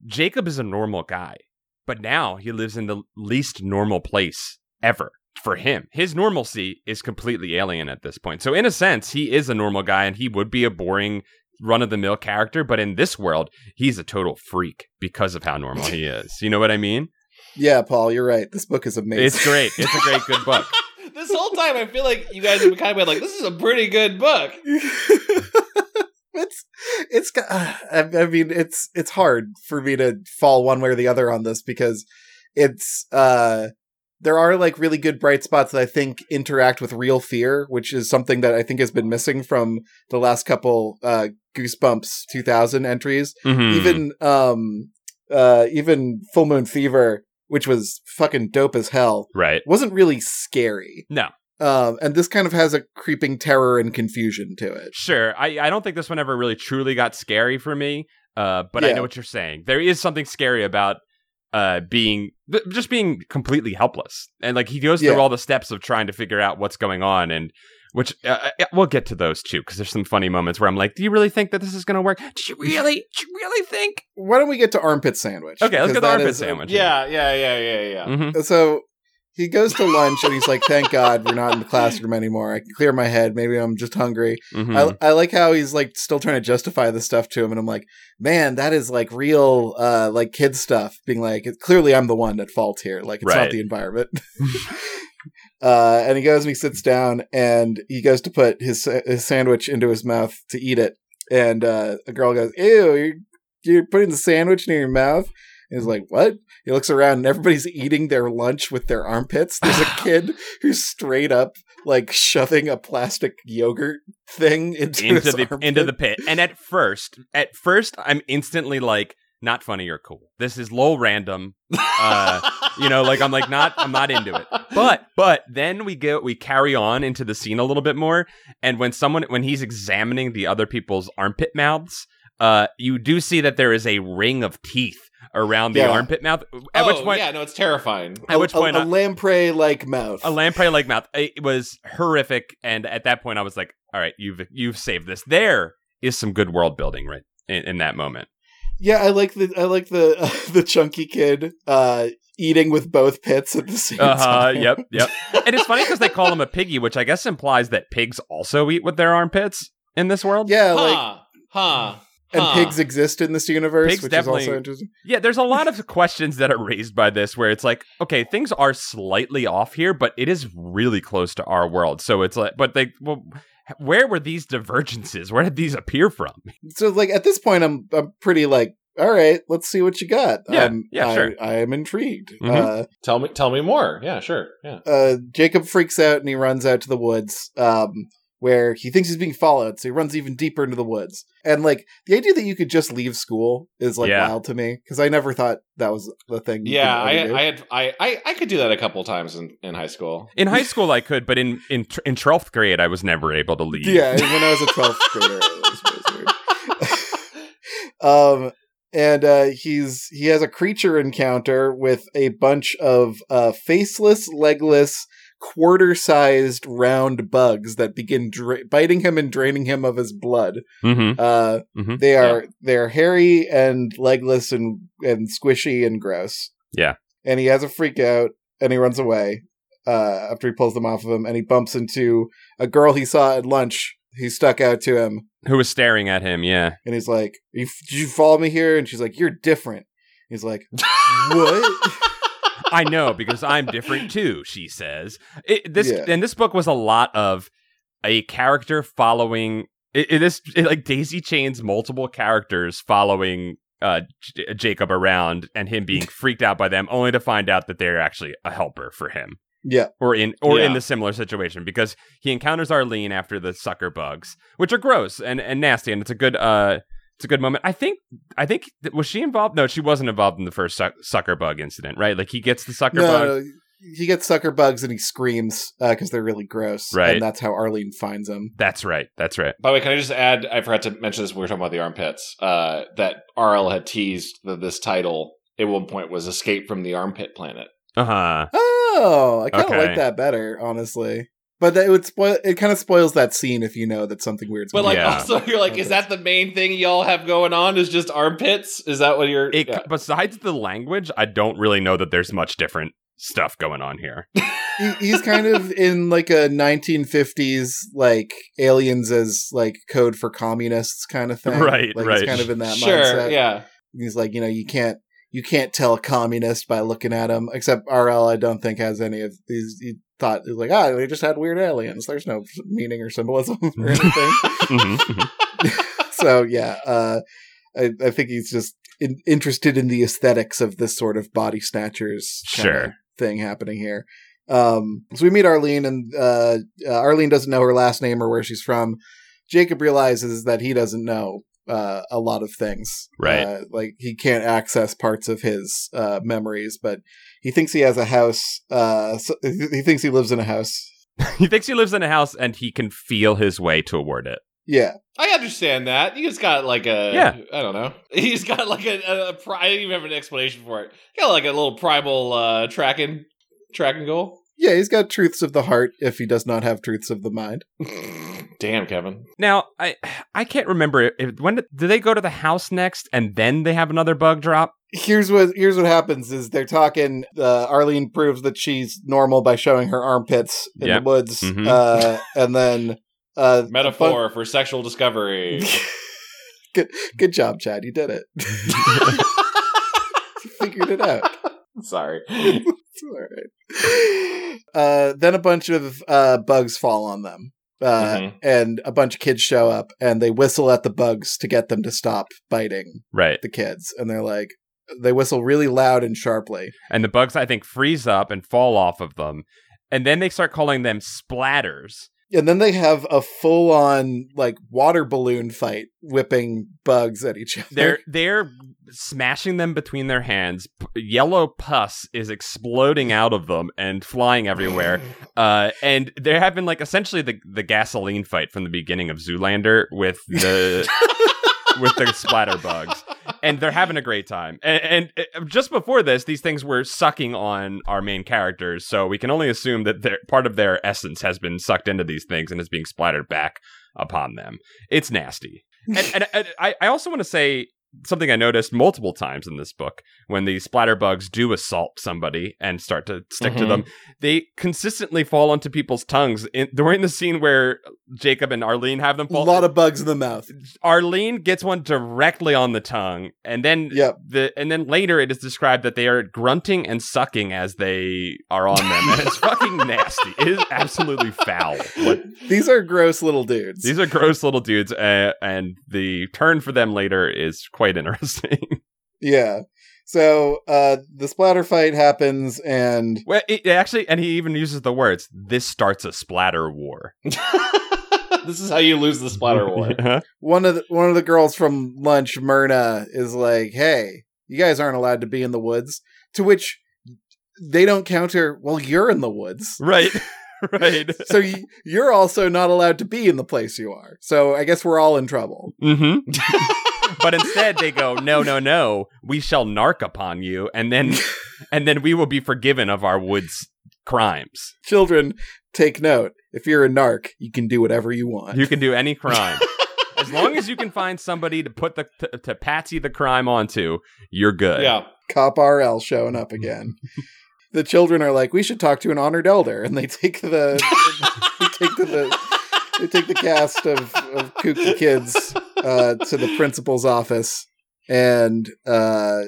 A: Jacob is a normal guy, but now he lives in the least normal place ever for him. His normalcy is completely alien at this point. So, in a sense, he is a normal guy and he would be a boring, run of the mill character, but in this world, he's a total freak because of how normal he is. You know what I mean?
B: Yeah, Paul, you're right. This book is amazing.
A: It's great. It's a great, good book.
C: this whole time, I feel like you guys have kind of been like, "This is a pretty good book."
B: it's it's got- ah, I I mean it's it's hard for me to fall one way or the other on this because it's uh there are like really good bright spots that I think interact with real fear, which is something that I think has been missing from the last couple uh Goosebumps 2000 entries.
A: Mhm.
B: Even um uh even Full Moon Fever, which was fucking dope as hell
A: right.
B: wasn't really scary.
A: No.
B: Um, and this kind of has a creeping terror and confusion to it.
A: Sure. I, I don't think this one ever really truly got scary for me. Uh, but I
B: Yeah.
A: know what you're saying. There is something scary about uh being th- just being completely helpless, and like he goes through
B: Yeah.
A: all the steps of trying to figure out what's going on, and which uh, uh, we'll get to those too because there's some funny moments where I'm like, do you really think that this is going to work? Did you really? Did you really think?
B: Why don't we get to armpit sandwich?
A: Okay, let's get
B: Because
A: the
B: that
A: armpit
B: is-
A: sandwich.
C: Yeah, yeah, yeah, yeah, yeah.
A: Mhm.
B: So he goes to lunch and he's like, "Thank God we're not in the classroom anymore. I can clear my head. Maybe I'm just hungry."
A: Mhm.
B: I, I like how he's like still trying to justify this stuff to him, and I'm like, "Man, that is like real, uh, like kid stuff." Being like, it, "Clearly, I'm the one at fault here. Like, it's
A: Right.
B: not the environment." Uh, and he goes and he sits down and he goes to put his sa- his sandwich into his mouth to eat it. And uh, a girl goes, "Ew, you're you're putting the sandwich near your mouth." And he's like, "What?" He looks around and everybody's eating their lunch with their armpits. There's a kid who's straight up like shoving a plastic yogurt thing into,
A: into
B: his
A: the
B: armpit.
A: into the pit. And at first, at first, I'm instantly like, not funny or cool. This is lol random. Uh, you know, like I'm like not I'm not into it. But but then we get we carry on into the scene a little bit more, and when someone when he's examining the other people's armpit mouths, uh, you do see that there is a ring of teeth around the
B: Yeah.
A: armpit mouth. At
C: oh,
A: which point,
C: yeah, no, it's terrifying.
A: at which point,
B: a, a
A: I-
B: lamprey like mouth.
A: a lamprey like mouth. It was horrific, and at that point, I was like, "All right, you've you've saved this." There is some good world building right in, in that moment.
B: Yeah, I like the I like the the chunky kid uh, eating with both pits at the same
A: Uh huh.
B: time.
A: Yep. Yep. and it's funny because they call him a piggy, which I guess implies that pigs also eat with their armpits in this world.
B: Yeah,
C: huh,
B: like
C: huh,
B: and
C: huh.
B: pigs exist in this universe,
A: Pigs
B: which
A: definitely-
B: is also interesting.
A: Yeah, there's a lot of questions that are raised by this where it's like, okay, things are slightly off here, but it is really close to our world. So it's like, but they, well, where were these divergences? Where did these appear from?
B: So like at this point I'm I'm pretty like, all right, let's see what you got.
A: Yeah,
B: I'm,
A: yeah,
B: I,
A: sure.
B: I am intrigued.
A: Mhm.
C: Tell me, tell me more. Yeah, sure. Yeah.
B: Uh, uh, Jacob freaks out and he runs out to the woods, um, where he thinks he's being followed, so he runs even deeper into the woods. And like the idea that you could just leave school is like
A: Yeah.
B: wild to me because I never thought that was the thing. you
C: Yeah,
B: could ever do.
C: I, I had, I, I, I could do that a couple times in, in high school.
A: In high school, I could, but in in tr- in twelfth grade, I was never able to leave.
B: Yeah, when I was a 12th grader, it was weird. um, and uh, he's he has a creature encounter with a bunch of uh, faceless, legless, quarter-sized round bugs that begin dra- biting him and draining him of his blood.
A: hmm
B: Uh,
A: Mhm.
B: They are they are hairy and legless and and squishy and gross.
A: Yeah.
B: and he has a freak out and he runs away uh, after he pulls them off of him and he bumps into a girl he saw at lunch. He stuck out to him
A: Who was staring at him? Yeah,
B: and he's like, you, "Did you follow me here?" And she's like, "You're different." He's like, "What?"
A: I know because I'm different too. She says it, this,
B: Yeah.
A: and this book was a lot of a character following. It, it, this it, like Daisy Chain's multiple characters following uh, J- Jacob around and him being freaked out by them, only to find out that they're actually a helper for him.
B: yeah,
A: or in or in
C: Yeah.
A: the similar situation because he encounters Arlene after the sucker bugs, which are gross and, and nasty, and it's a good uh it's a good moment. I think I think th- was she involved? No, she wasn't involved in the first suck- sucker bug incident, right? Like he gets the sucker
B: no,
A: bug.
B: no, he gets sucker bugs and he screams because they're really gross.
A: Right.
B: and that's how Arlene finds him.
A: That's right. That's right.
C: By the way, can I just add? I forgot to mention this when we were talking about the armpits. Uh, that RL had teased that this title at one point was "Escape from the Armpit Planet."
A: Uh huh.
B: Oh, I kind of
A: Okay.
B: like that better, honestly. But that would spoil. It kind of spoils that scene if you know that something weird's.
C: But like,
A: Yeah.
C: also, you're like, is that the main thing y'all have going on? Is just armpits? Is that what you're?
A: It,
C: yeah.
A: Besides the language, I don't really know that there's much different stuff going on here.
B: he, he's kind of in like a 1950s like aliens as like code for communists kind of thing
A: Right,
B: like
A: right.
B: he's kind of in that
C: sure,
B: mindset
C: yeah.
B: he's like you know you can't you can't tell a communist by looking at him except rl i don't think has any of these he thought he was like ah they just had weird aliens there's no meaning or symbolism or anything
A: Mhm, mhm.
B: so yeah uh i, I think he's just in, interested in the aesthetics of this sort of body snatchers kinda
A: Sure.
B: thing happening here um so we meet arlene and uh uh, arlene doesn't know her last name or where she's from jacob realizes that he doesn't know uh, a lot of things
A: Right.
B: uh, like he can't access parts of his uh, memories but he thinks he has a house uh, so he he thinks he lives in a house
A: he thinks he lives in a house and he can feel his way toward it.
B: yeah
C: I understand that. You just got like a,
A: Yeah.
C: I don't know. He's got like a, a, a pri- I didn't even have an explanation for it. He got like a little primal uh, tracking, tracking goal.
B: yeah he's got truths of the heart if he does not have truths of the mind
C: Damn, Kevin.
A: Now, I I can't remember if when did, do they go to the house next and then they have another bug drop?
B: here's what here's what happens is they're talking uh, arlene proves that she's normal by showing her armpits in
A: Yep.
B: the woods
A: Mhm.
B: uh, and then uh,
C: Metaphor for sexual discovery.
B: good, good job chad you did it figured it out
C: Sorry.
B: It's all right. uh, then a bunch of uh, bugs fall on them uh,
C: Mhm.
B: and a bunch of kids show up and they whistle at the bugs to get them to stop biting
A: Right.
B: the kids and they're like they whistle really loud and sharply
A: And the bugs I think freeze up and fall off of them. And then they start calling them splatters.
B: And then they have a full on like water balloon fight, whipping bugs at each other.
A: They're they're smashing them between their hands. P- yellow pus is exploding out of them and flying everywhere. Uh, and they're having like essentially the the gasoline fight from the beginning of Zoolander with the with the splatter bugs. And they're having a great time. And, and uh, just before this, these things were sucking on our main characters, so we can only assume that their- part of their essence has been sucked into these things and is being splattered back upon them. It's nasty. And, and, and I, I also want to say something I noticed multiple times in this book when these splatter bugs do assault somebody and start to stick to
C: Mhm.
A: them, they consistently fall onto people's tongues. In, during the scene where Jacob and Arlene have them
B: a
A: fall,
B: lot of bugs in the mouth.
A: Arlene gets one directly on the tongue, and then
B: Yep.
A: the and then later it is described that they are grunting and sucking as they are on them, and it's fucking nasty. It is absolutely foul. What-
B: These are gross little dudes.
A: these are gross little dudes, uh, and the turn for them later is quite interesting.
B: yeah. So uh, the splatter fight happens, and
A: well, it, it actually, and he even uses the words, "This starts a splatter war."
C: Mm-hmm. this is how you lose the splatter war.
A: Yeah.
B: one of the, one of the girls from lunch, Myrna, is like, "Hey, you guys aren't allowed to be in the woods." To which they don't counter, "Well, you're in the woods."
A: right, right.
B: So y- you're also not allowed to be in the place you are. So I guess we're all in trouble.
A: hmm but instead, they go, "No, no, no! We shall narc upon you, and then, and then we will be forgiven of our woods crimes.
B: children take note if you're a narc you can do whatever you want
A: You can do any crime." As long as you can find somebody to put the to, to patsy the crime onto, you're good.
C: yeah.
B: cop rl showing up again the children are like we should talk to an honored elder and they take the they take the, the they take the cast of, of kooky kids uh, to the principal's office and uh,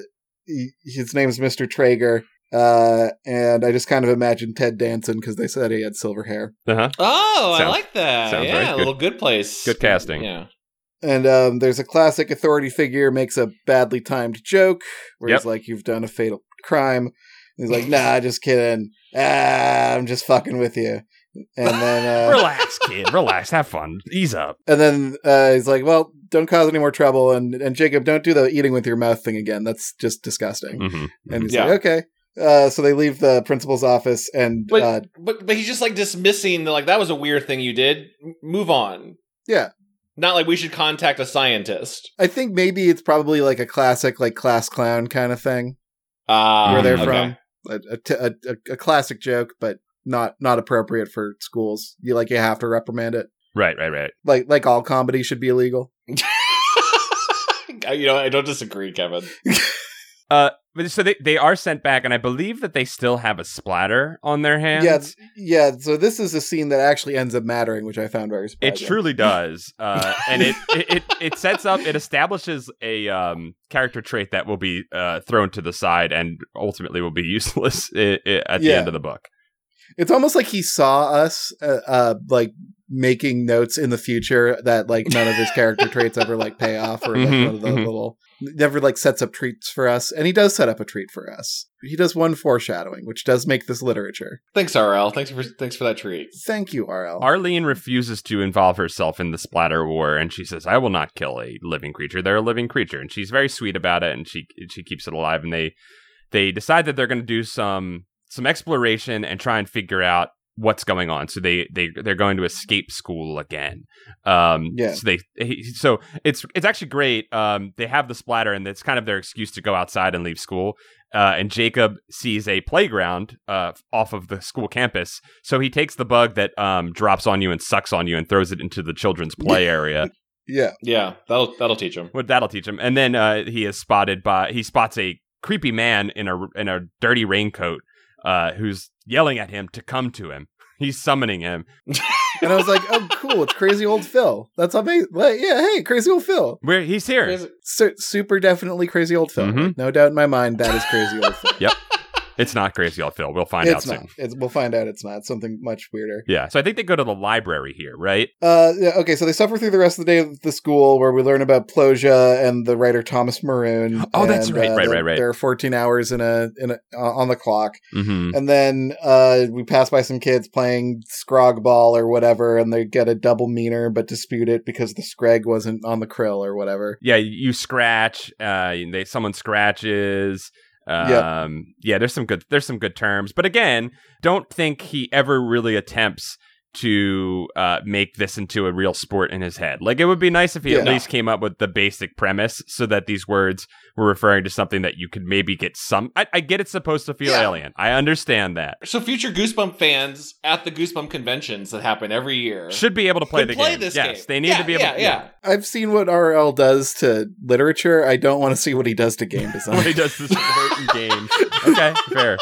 B: he, his name's mr traeger uh, and i just kind of imagined ted danson because they said he had silver hair
A: Uh-huh.
C: Oh, I
A: Sounds-
C: like that.
A: sounds
C: yeah,
A: right.
C: a
A: Good-
C: little good place.
A: good casting.
C: Yeah.
B: And um, there's a classic authority figure makes a badly timed joke where he's
A: Yep.
B: like, "You've done a fatal crime." And he's like, "Nah, just kidding. Ah, I'm just fucking with you." And then, uh,
A: Relax, kid. Relax. Have fun. Ease up.
B: and then uh, he's like, "Well, don't cause any more trouble." And and Jacob, don't do the eating with your mouth thing again. That's just disgusting.
A: Mhm.
B: And he's
C: Yeah.
B: like, "Okay." Uh, so they leave the principal's office and
C: But
B: uh,
C: but but he's just like dismissing the like that was a weird thing you did. M- Move on.
B: Yeah.
C: Not like we should contact a scientist.
B: I think maybe it's probably like a classic like class clown kind of thing
C: Uh,
B: where they're
A: okay.
B: from. A, a, t- a, a- a classic joke, but not not appropriate for schools. You like you have to reprimand it.
A: Right, right, right.
B: Like like all comedy should be illegal.
C: you know, I don't disagree, Kevin.
A: But so they, they are sent back, and I believe that they still have a splatter on their hands.
B: Yeah, it's- yeah. So this is a scene that actually ends up mattering, which I found very
A: It
B: surprising.
A: truly does, uh, and it, it it it sets up, it establishes a um, character trait that will be uh, thrown to the side and ultimately will be useless i- i- at the
B: Yeah.
A: end of the book.
B: It's almost like he saw us, uh, uh, like making notes in the future that like none of his character traits ever like pay off or like
A: Mhm,
B: one of the
A: mhm.
B: little never like sets up treats for us. And he does set up a treat for us. He does one foreshadowing, which does make this literature.
C: Thanks, RL. Thanks for thanks for that treat.
B: Thank you, RL.
A: Arlene refuses to involve herself in the splatter war, and she says, "I will not kill a living creature. They're a living creature," and she's very sweet about it, and she she keeps it alive. And they they decide that they're going to do some some exploration and try and figure out what's going on. So they they they're going to escape school again. Um,
B: Yeah.
A: So they he- so it's it's actually great. Um, they have the splatter, and it's kind of their excuse to go outside and leave school. Uh, and Jacob sees a playground uh, off of the school campus, so he takes the bug that um, drops on you and sucks on you and throws it into the children's play area.
B: yeah.
C: Yeah, that'll that'll teach him.
A: Well, that'll teach him. And then uh, he is spotted by he spots a creepy man in a in a dirty raincoat uh, who's yelling at him to come to him. He's summoning him.
B: And I was like, oh, cool. It's crazy old Phil. That's amazing. Like, yeah. Hey, crazy old Phil.
A: Where he's here.
B: Su- super definitely crazy old Phil.
A: Mhm.
B: No doubt in my mind, that is crazy old Phil.
A: It's not crazy, old Phil. We'll find out
B: it's
A: soon.
B: not. It's, we'll find out it's not. Something much weirder.
A: Yeah. So I think they go to the library here, right?
B: Uh, yeah, okay, so they suffer through the rest of the day at the school where we learn about Plosia and the writer Thomas Maroon.
A: Oh, that's
B: and, uh,
A: right, right,
B: the-
A: right, right.
B: There are 14 hours in a in a, uh, on the clock,
A: Mm-hmm.
B: and then uh, we pass by some kids playing scrog ball or whatever, and they get a double meaner but dispute it because the screg wasn't on the krill or whatever.
A: Yeah. You scratch. Uh, they someone scratches. Um,
B: Yep.
A: Yeah. There's some good. There's some good terms. But again, don't think he ever really attempts to uh, make this into a real sport in his head. Like it would be nice if he at
B: Yeah.
A: least came up with the basic premise so that these words were referring to something that you could maybe get some. I, I get it's supposed to feel
C: Yeah.
A: alien. I understand that.
C: So future Goosebump fans at the Goosebump conventions that happen every year
A: Should be able to play
C: could
A: the
C: play
A: game.
C: this
A: yes,
C: game.
A: they need
C: Yeah,
A: to be able.
C: Yeah,
A: to,
C: yeah.
B: I've seen what RL does to literature. I don't want to see what he does to game
A: When he
B: design.
A: does this important game. Okay, fair.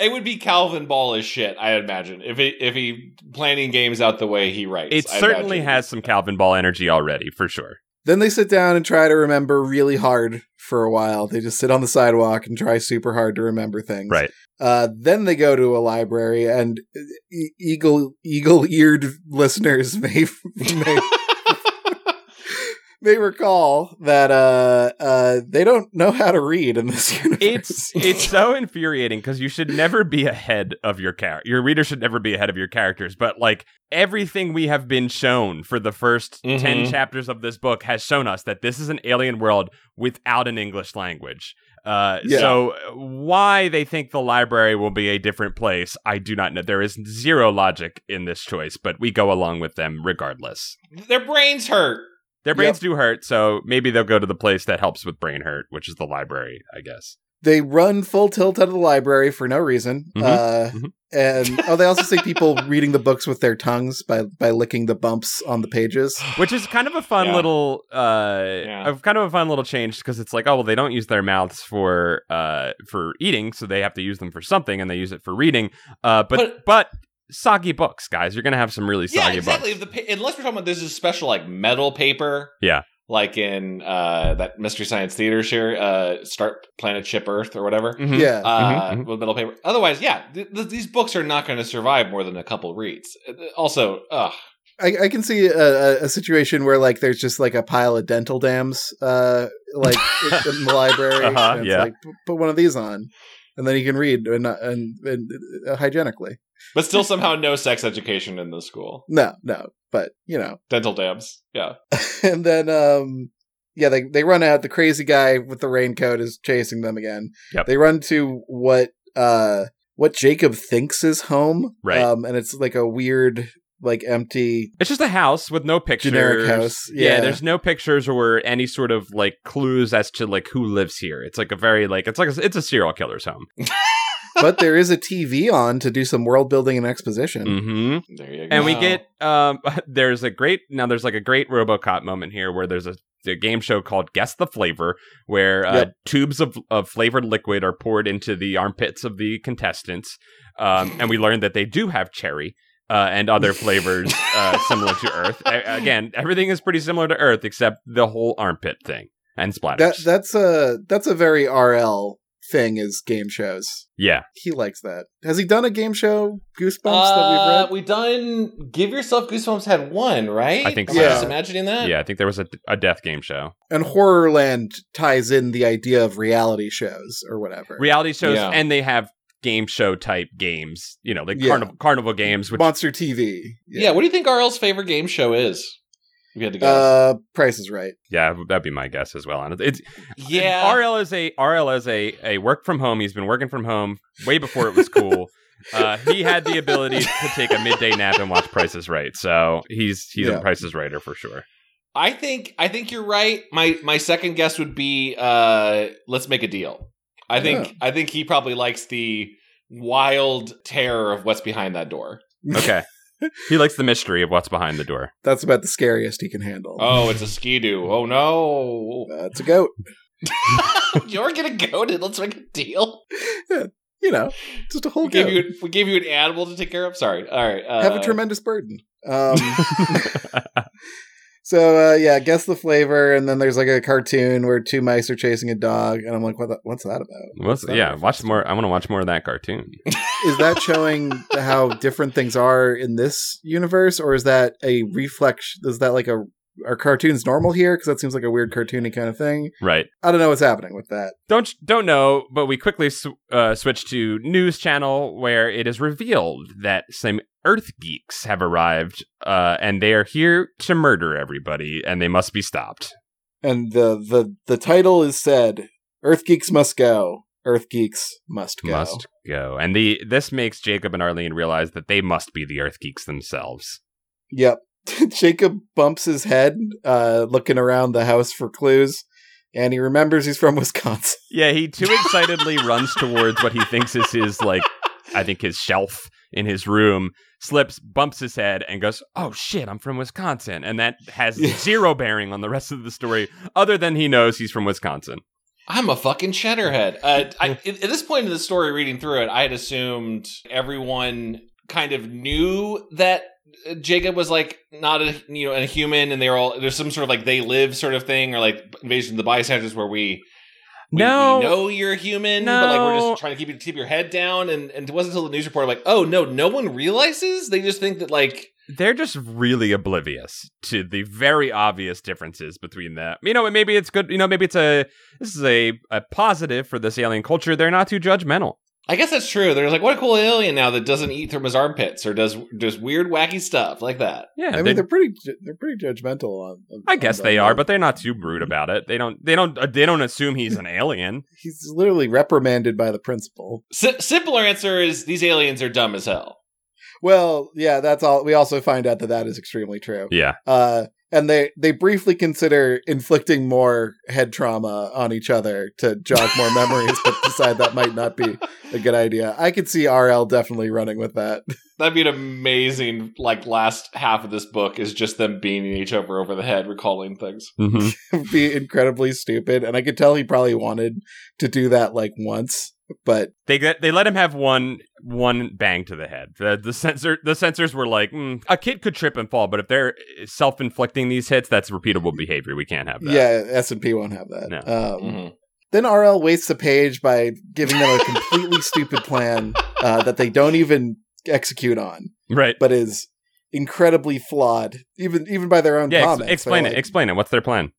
C: It would be Calvin Ball as shit, I imagine. If he if he planning games out the way he writes,
A: It
C: I
A: certainly
C: imagine.
A: has some Calvin Ball energy already, for sure.
B: then they sit down and try to remember really hard for a while. They just sit on the sidewalk and try super hard to remember things.
A: Right.
B: Uh, then they go to a library, and e- eagle eagle-eared listeners may may, may recall that uh, uh, they don't know how to read in this universe.
A: It's it's so infuriating because you should never be ahead of your character. Your reader should never be ahead of your characters. But like everything we have been shown for the 1st ten
B: Mm-hmm.
C: Mhm.
A: chapters of this book has shown us that this is an alien world without an English language. Uh,
B: Yeah.
A: So why they think the library will be a different place, I do not know. There is zero logic in this choice, but we go along with them regardless.
C: their brains hurt.
A: Their
B: Yep.
A: brains do hurt, so maybe they'll go to the place that helps with brain hurt, which is the library, I guess.
B: they run full tilt out of the library for no reason.
A: Mhm,
B: Uh,
A: mhm.
B: And oh, they also say people reading the books with their tongues by by licking the bumps on the pages.
A: which is kind of a fun
C: Yeah.
A: little uh
C: Yeah.
A: of kind of a fun little change because it's like oh well they don't use their mouths for uh for eating so they have to use them for something and they use it for reading uh but but,
C: But-
A: soggy books guys you're gonna have some really soggy
C: yeah, exactly. If
A: books
C: the pa- unless we're talking about this is special like metal paper.
A: Yeah.
C: Like in uh, that Mystery Science Theater share, uh, Start Planet Ship Earth or whatever.
A: Mhm.
B: Yeah.
C: uh,
A: Mhm, mhm.
C: with metal paper. Otherwise, yeah, th- th- these books are not going to survive more than a couple reads. Uh, Also, ugh.
B: I, I can see a, a- a situation where like there's just like a pile of dental dams, uh, like in in the library.
A: Uh-huh,
B: and it's
A: yeah.
B: like, "P- put one of these on, and then you can read and not- and, and uh, hygienically.
C: but still somehow no sex education in the school.
B: No, no, but you know.
C: Dental dams. Yeah.
B: and then um, yeah, they they run out. The crazy guy with the raincoat is chasing them again.
A: Yep.
B: They run to what uh what Jacob thinks is home.
A: Right.
B: Um, and it's like a weird, like empty
A: It's just a house with no pictures.
B: generic house.
A: Yeah.
B: Yeah.
A: there's no pictures or any sort of like clues as to like who lives here. It's like a very like it's like a, it's a serial killer's home.
B: but there is a TV on to do some world building and exposition.
A: hmm
C: There you go.
A: And we get um there's a great now there's like a great RoboCop moment here where there's a, a game show called Guess the Flavor where uh,
B: Yep.
A: tubes of, of flavored liquid are poured into the armpits of the contestants, um, and we learn that they do have cherry. Uh, and other flavors uh, similar to Earth. A- again, everything is pretty similar to Earth except the whole armpit thing and splatters.
B: That that's a that's a very RL thing is game shows.
A: yeah,
B: He likes that. Has he done a game show Goosebumps
C: Uh,
B: that
C: we done. Give yourself goosebumps had one, right?
A: I think
C: Am
B: so.
C: just
B: Yeah.
C: imagining that.
A: yeah. I think there was a, a death game show,
B: we've read? And Horrorland ties in the idea of reality shows or whatever.
A: reality shows,
C: Yeah.
A: and they have game show type games. You know, like
B: Yeah.
A: carnival carnival games, which
B: Monster TV.
C: Yeah. What do you think RL's favorite game show is? If you had to guess.
B: Uh, Price is Right.
A: Yeah, that'd be my guess as well. And it's
C: yeah.
A: RL is a RL is a a work from home. He's been working from home way before it was cool. uh, he had the ability to take a midday nap and watch Prices Right. So he's he's
B: Yeah.
A: a Prices Righter for sure.
C: I think I think you're right. My my second guess would be uh let's make a deal. I think
B: Yeah.
C: I think he probably likes the wild terror of what's behind that door.
A: Okay. he likes the mystery of what's behind the door.
B: That's about the scariest he can handle.
C: Oh, it's a skidoo. Oh no.
B: Uh, it's a goat.
C: you're gonna go to let's make a deal.
B: You know, just a whole
C: We gave
B: goat.
C: you we gave you an animal to take care of. Sorry. All right. Uh,
B: Have a tremendous burden. Um, so uh, yeah, guess the flavor, and then there's like a cartoon where two mice are chasing a dog, and I'm like, what? The, what's that about?
A: What's,
B: That
A: yeah,
B: reference.
A: watch more. I want to watch more of that cartoon.
B: Is that showing how different things are in this universe, or is that a reflection? Is that like a are cartoons normal here? Because that seems like a weird cartoony kind of thing.
A: Right.
B: I don't know what's happening with that.
A: Don't don't know, but we quickly sw- uh, switch to news channel where it is revealed that some Earth geeks have arrived, uh, and they are here to murder everybody, and they must be stopped.
B: And the the the title is said: Earth geeks must go. Earth geeks must go.
A: Must go, and the this makes Jacob and Arlene realize that they must be the Earth geeks themselves.
B: Yep. Jacob bumps his head, uh, looking around the house for clues, and he remembers he's from Wisconsin.
A: Yeah, he too excitedly runs towards what he thinks is his like, I think his shelf in his room. Slips, bumps his head, and goes, "Oh shit, I'm from Wisconsin," and that has
B: Yeah.
A: zero bearing on the rest of the story, other than he knows he's from Wisconsin.
C: I'm a fucking cheddarhead. Uh, I, at at this point in the story, reading through it, I had assumed everyone kind of knew that uh, Jacob was like not a you know a human, and they were all there's some sort of like they live sort of thing, or like invasion of the bystanders where we. We,
A: No.
C: we know you're human, but like we're
A: No.
C: just trying to keep you keep your head down. And, and it wasn't until the news reporter like, oh no, no one realizes. They just think that like
A: They're just really oblivious to the very obvious differences between them. You know, maybe it's good. You know, maybe it's a this is a, a positive for this alien culture. They're not too judgmental.
C: I guess that's true. They're like, what a cool alien now that doesn't eat from his armpits or does does weird wacky stuff like that.
A: Yeah,
B: I
A: they-
B: mean, they're pretty ju- they're pretty judgmental on. on-
A: I
B: on
A: guess
B: that.
A: they are, but they're not too rude about it. They don't. They don't. uh, They don't assume he's an alien.
B: he's literally reprimanded by the principal.
C: Si- simpler answer is these aliens are dumb as hell.
B: Well, yeah, that's all. We also find out that that is extremely true.
A: Yeah,
B: Uh, and they they briefly consider inflicting more head trauma on each other to jog more memories, but decide that might not be a good idea. I could see RL definitely running with that.
C: That'd be an amazing like last half of this book is just them beating each other over the head, recalling things.
A: mm-hmm.
B: be incredibly stupid and i could tell he probably wanted to do that like once but
A: they get. They let him have one one bang to the head. The, the sensor. The sensors were like, mm, a kid could trip and fall, but if they're self inflicting these hits, that's repeatable behavior. We can't have that.
B: yeah s&p won't have that
A: No.
B: um,
C: Mhm.
B: then rl wastes the page by giving them a completely stupid plan uh, that they don't even execute on
A: Right.
B: but is incredibly flawed even even by their own
A: Yeah.
B: comments
A: Ex-
B: They're
A: explain it.
B: like,
A: explain it. What's their plan?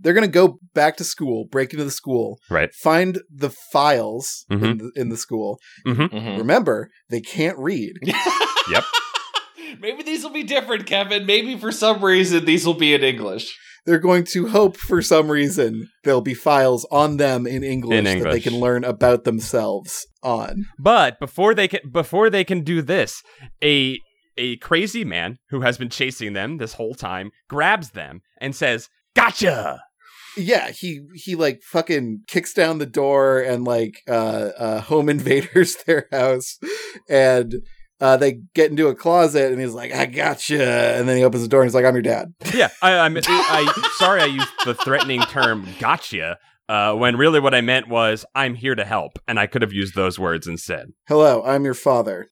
B: they're gonna go back to school break into the school
A: Right.
B: find the files in,
A: Mhm.
B: the, in the school mm-hmm.
A: Mm-hmm.
C: Mhm.
B: remember they can't read
A: Yep.
C: Maybe these will be different, Kevin. Maybe for some reason these will be in English.
B: they're going to hope for some reason there'll be files on them in English,
A: In
B: that they
A: English.
B: can learn about themselves on.
A: But before they can before they can do this, a a crazy man who has been chasing them this whole time grabs them and says, "Gotcha!"
B: Yeah, he he like fucking kicks down the door and like uh, uh home invaders their house and uh, they get into a closet and he's like, "I gotcha," and then he opens the door and he's like, "I'm your dad."
A: Yeah, I, I'm I, sorry I used the threatening term "gotcha" uh, when really what I meant was "I'm here to help," and I could have used those words instead.
B: Hello, I'm your father.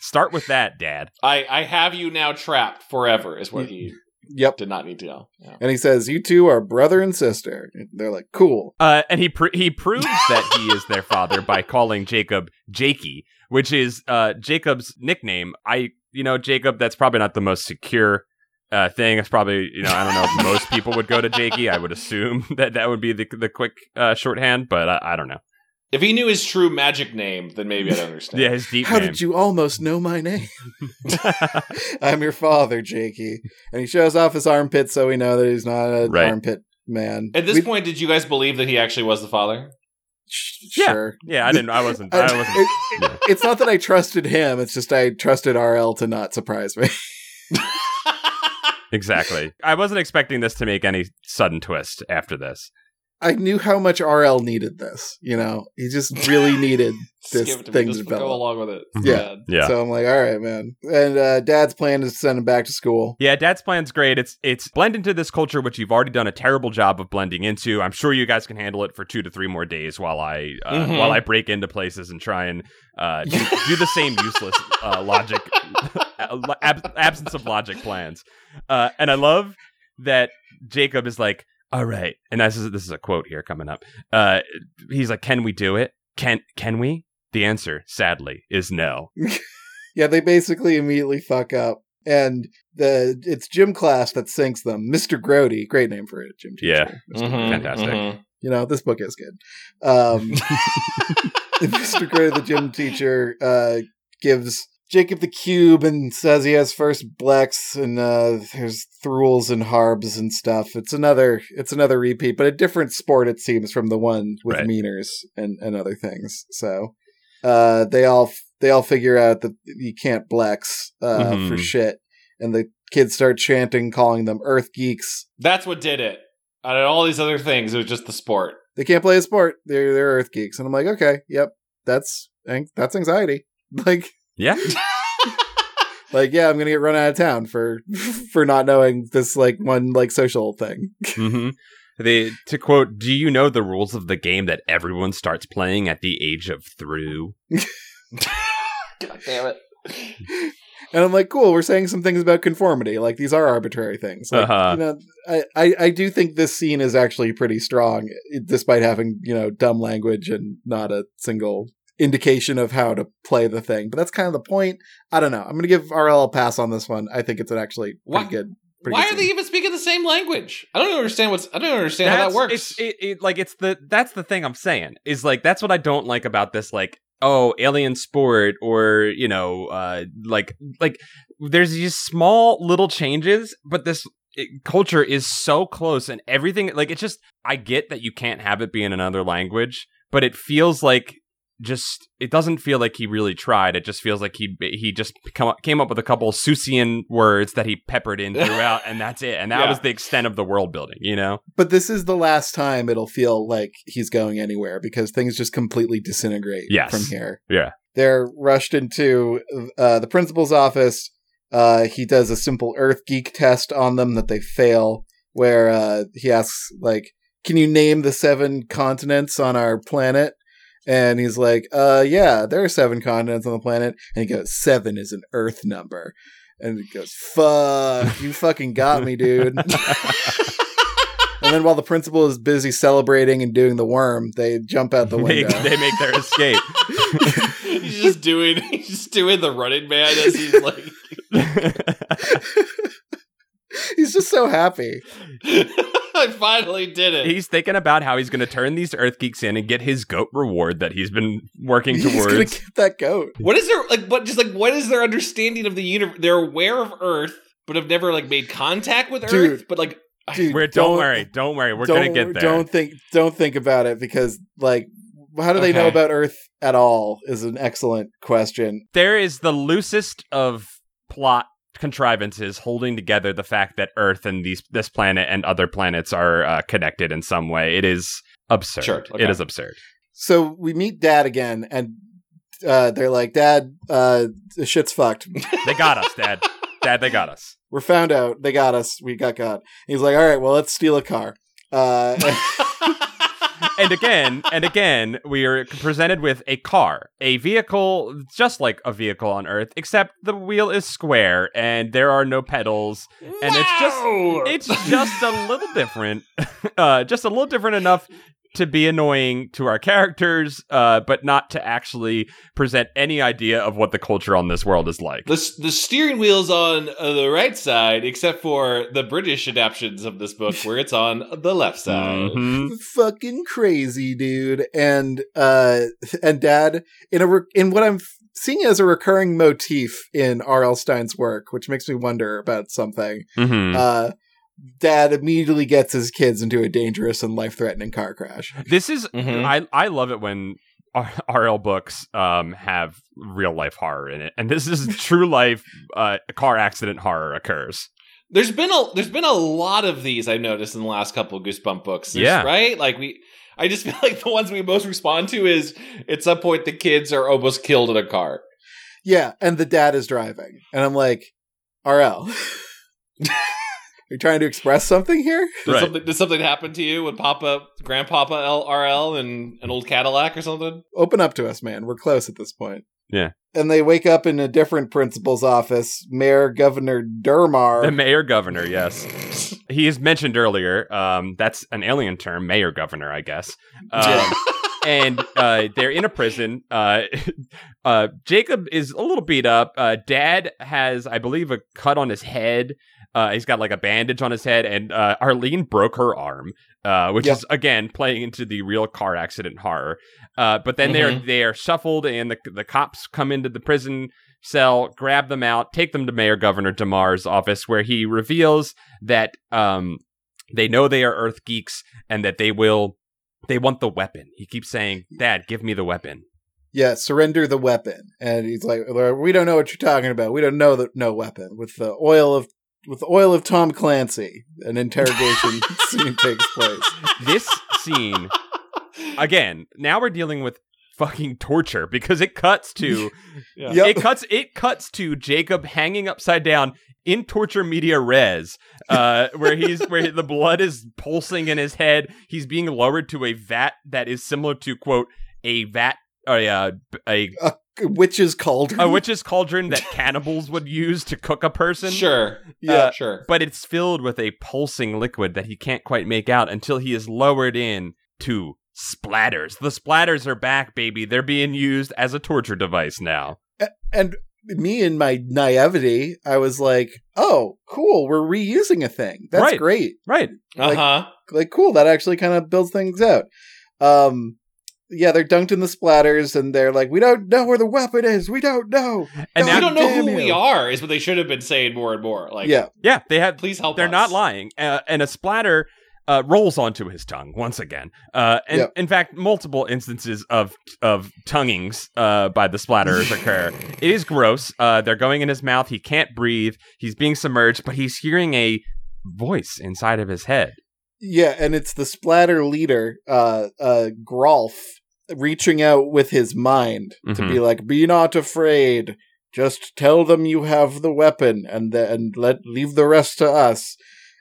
A: Start with that, Dad.
C: I, I have you now trapped forever, is what he
B: Yep.
C: did not need to know. Yeah.
B: And he says, "You two are brother and sister." And they're like, "Cool."
A: Uh, and he pr- he proves that he is their father by calling Jacob Jakey, which is uh, Jacob's nickname. I you know Jacob, that's probably not the most secure uh, thing. It's probably you know I don't know if most people would go to Jakey. I would assume that that would be the the quick uh, shorthand, but I, I don't know.
C: If he knew his true magic name, then maybe I'd understand.
A: Yeah, his deep
B: How
A: name.
B: did you almost know my name? I'm your father, Jakey. And he shows off his armpit so we know that he's not an
A: Right.
B: armpit man.
C: At this
B: We-
C: point, did you guys believe that he actually was the father?
B: sh-
A: Yeah.
B: sure.
A: yeah, I didn't. I wasn't. I
B: I-
A: wasn't.
B: it- it- It's not that I trusted him, it's just I trusted RL to not surprise me.
A: Exactly. I wasn't expecting this to make any sudden twist after this.
B: I knew how much RL needed this, you know? He just really needed This
C: Skip it to me.
B: thing
C: Just
B: developed.
C: go along with it.
A: Mhm.
B: Yeah.
A: Yeah.
B: So I'm like, all right, man. And uh, dad's plan is to send him back to school.
A: Yeah, Dad's plan's great. It's it's blend into this culture which you've already done a terrible job of blending into. I'm sure you guys can handle it for two to three more days while I uh,
C: Mhm.
A: while I break into places and try and uh, do, do the same useless uh, logic ab- absence of logic plans. Uh, and I love that Jacob is like, "All right," and this is this is a quote here coming up. Uh, he's like, "Can we do it? Can can we?" The answer, sadly, is no.
B: Yeah, they basically immediately fuck up. And the it's gym class that sinks them. Mr. Grody, great name for a gym teacher.
A: Yeah.
B: Mr.
C: Mhm,
A: Fantastic.
C: mhm.
B: you know this book is good um mr gray the gym teacher uh gives jacob the cube and says he has first blex and uh there's thrules and harbs and stuff it's another it's another repeat but a different sport it seems from the one with
A: Right.
B: meaners and and other things so uh they all they all figure out that you can't blex uh
A: Mhm.
B: for shit and the kids start chanting calling them earth geeks
C: That's what did it. Out of all these other things, it was just the sport.
B: they can't play a sport. They're they're earth geeks, and I'm like, okay, yep, that's ang- that's anxiety. Like
A: Yeah.
B: like yeah, I'm gonna get run out of town for for not knowing this like one like social thing.
A: hmm They to quote, "Do you know the rules of the game that everyone starts playing at the age of three?
C: God damn it.
B: And I'm like, cool, we're saying some things about conformity. Like these are arbitrary things. Like,
A: Uh-huh.
B: You know, I, I I do think this scene is actually pretty strong, despite having you know dumb language and not a single indication of how to play the thing. But that's kind of the point. I don't know. I'm gonna give RL a pass on this one. I think it's an actually
C: Why-
B: pretty good. pretty
C: Why
B: good
C: are
B: scene.
C: they even speaking the same language? I don't understand what's. I don't understand how that works.
A: It's, it, it, like it's the that's the thing I'm saying is like that's what I don't like about this. Like oh, alien sport or you know, uh, like like there's these small little changes, but this. It, culture is so close and everything like it's just i get that you can't have it be in another language but it feels like just it doesn't feel like he really tried. It just feels like he he just come up, came up with a couple Susian words that he peppered in throughout, and that's it. And that
C: Yeah.
A: was the extent of the world building, you know.
B: But this is the last time it'll feel like he's going anywhere because things just completely disintegrate
A: Yes.
B: from here.
A: Yeah.
B: They're rushed into uh, the principal's office. Uh, he does a simple Earth Geek test on them that they fail, where uh, he asks, like, can you name the seven continents on our planet? And he's like, uh, yeah, there are seven continents on the planet. And he goes, seven is an Earth number. And he goes, fuck, you fucking got me, dude. And then while the principal is busy celebrating and doing the worm, they jump out the
A: They,
B: window.
A: they make their escape.
C: he's just doing. He's just doing the running man as he's like.
B: He's just so happy.
C: I finally did it.
A: he's thinking about how he's going to turn these Earth geeks in and get his goat reward that he's been working
B: He's gonna
A: towards.
B: get that goat.
C: What is their like? What just like? What is their understanding of the universe? They're aware of Earth, but have never like made contact with
B: Dude.
C: Earth. But like,
B: Dude,
A: We're, don't, worry, don't worry. We're gonna
B: don't-
A: get there.
B: Don't think don't think about it because like how do they know
C: Okay.
B: about Earth at all is an excellent question.
A: There is the loosest of plot contrivances holding together the fact that Earth and these this planet and other planets are uh, connected in some way. It is absurd.
C: Sure,
A: It
C: okay.
A: is absurd.
B: So we meet Dad again and uh, they're like, Dad, uh, the shit's fucked.
A: They got us, Dad. Dad, they got us.
B: We're found out. They got us. We got caught. He's like, all right, well, let's steal a car. Uh,
A: and again, and again, we are presented with a car, a vehicle just like a vehicle on Earth, except the wheel is square and there are no pedals. And it's just- It's just a little different, uh, just a little different enough to be annoying to our characters, uh, but not to actually present any idea of what the culture on this world is like.
C: The, s- the steering wheel's on uh, the right side, except for the British adaptions of this book, where it's on the left side.
A: Mhm.
B: fucking crazy dude and uh and dad in a re- in what i'm seeing as a recurring motif in rl stein's work which makes me wonder about something
A: Mhm.
B: uh dad immediately gets his kids into a dangerous and life-threatening car crash
A: This is
C: Mhm.
A: I I love it when R- RL books um have real life horror in it, and this is true life uh, car accident horror occurs.
C: There's been a there's been a lot of these I've noticed in the last couple of Goosebump books. There's-
A: Yeah.
C: right. Like we, I just feel like the ones we most respond to is at some point the kids are almost killed in a car.
B: yeah and the dad is driving and i'm like rl you're trying to express something here
C: Did,
A: Right.
C: something, did something happen to you with Papa, Grandpapa LRL, and an old Cadillac or something?
B: open up to us, man. We're close at this point.
A: Yeah.
B: And they wake up in a different principal's office, Mayor Governor Dermar.
A: The mayor governor, yes, he is mentioned earlier. Um, that's an alien term, mayor governor, I guess. Um, and uh, they're in a prison. Uh, uh, Jacob is a little beat up. Uh, Dad has, I believe, a cut on his head. Uh, he's got like a bandage on his head, and uh, Arlene broke her arm, uh, which
B: Yep.
A: is again playing into the real car accident horror. Uh, but then they're
C: Mhm.
A: they are shuffled, and the the cops come into the prison cell, grab them out, take them to Mayor Governor Demar's office, where he reveals that um, they know they are Earth geeks and that they will. They want the weapon. He keeps saying, "Dad, give me the weapon."
B: yeah, surrender the weapon. And he's like, "We don't know what you're talking about. We don't know that no weapon." With the oil of with the oil of Tom Clancy, an interrogation scene takes place.
A: This scene again. Now we're dealing with fucking torture because it cuts to
C: Yeah.
B: Yep.
A: it cuts it cuts to Jacob hanging upside down in torture media res, uh, where he's where the blood is pulsing in his head. He's being lowered to a vat that is similar to quote a vat or a uh, a,
B: Witch's cauldron.
A: a witch's cauldron that cannibals would use to cook a person.
C: Sure.
B: Yeah.
A: Oh,
C: Uh, sure.
A: but it's filled with a pulsing liquid that he can't quite make out until he is lowered in to splatters. The splatters are back, baby. They're being used as a torture device now.
B: Me and my naivety, I was like, "Oh, cool. We're reusing a thing. That's
A: Right.
B: great."
A: Right.
C: Uh
B: like-
A: Uh-huh.
C: huh.
B: like cool that actually kind of builds things out um yeah they're dunked in the splatters and they're like we don't know where the weapon is we don't know
A: And
B: No,
A: now,
C: we don't know who
B: damn
C: we
B: you.
C: are is what they should have been saying more and more. Like,
B: yeah
A: yeah, they have.
C: please help.
A: They're
C: us.
A: not lying. Uh, and a splatter uh, rolls onto his tongue once again. Uh, and
B: Yep.
A: in fact, multiple instances of of tonguings uh, by the splatterers occur. It is gross. Uh, they're going in his mouth. He can't breathe. He's being submerged, but he's hearing a voice inside of his head.
B: yeah and it's the splatter leader uh uh grolf reaching out with his mind to
C: Hmm.
A: Mhm.
B: be like be not afraid just tell them you have the weapon and the, and let leave the rest to us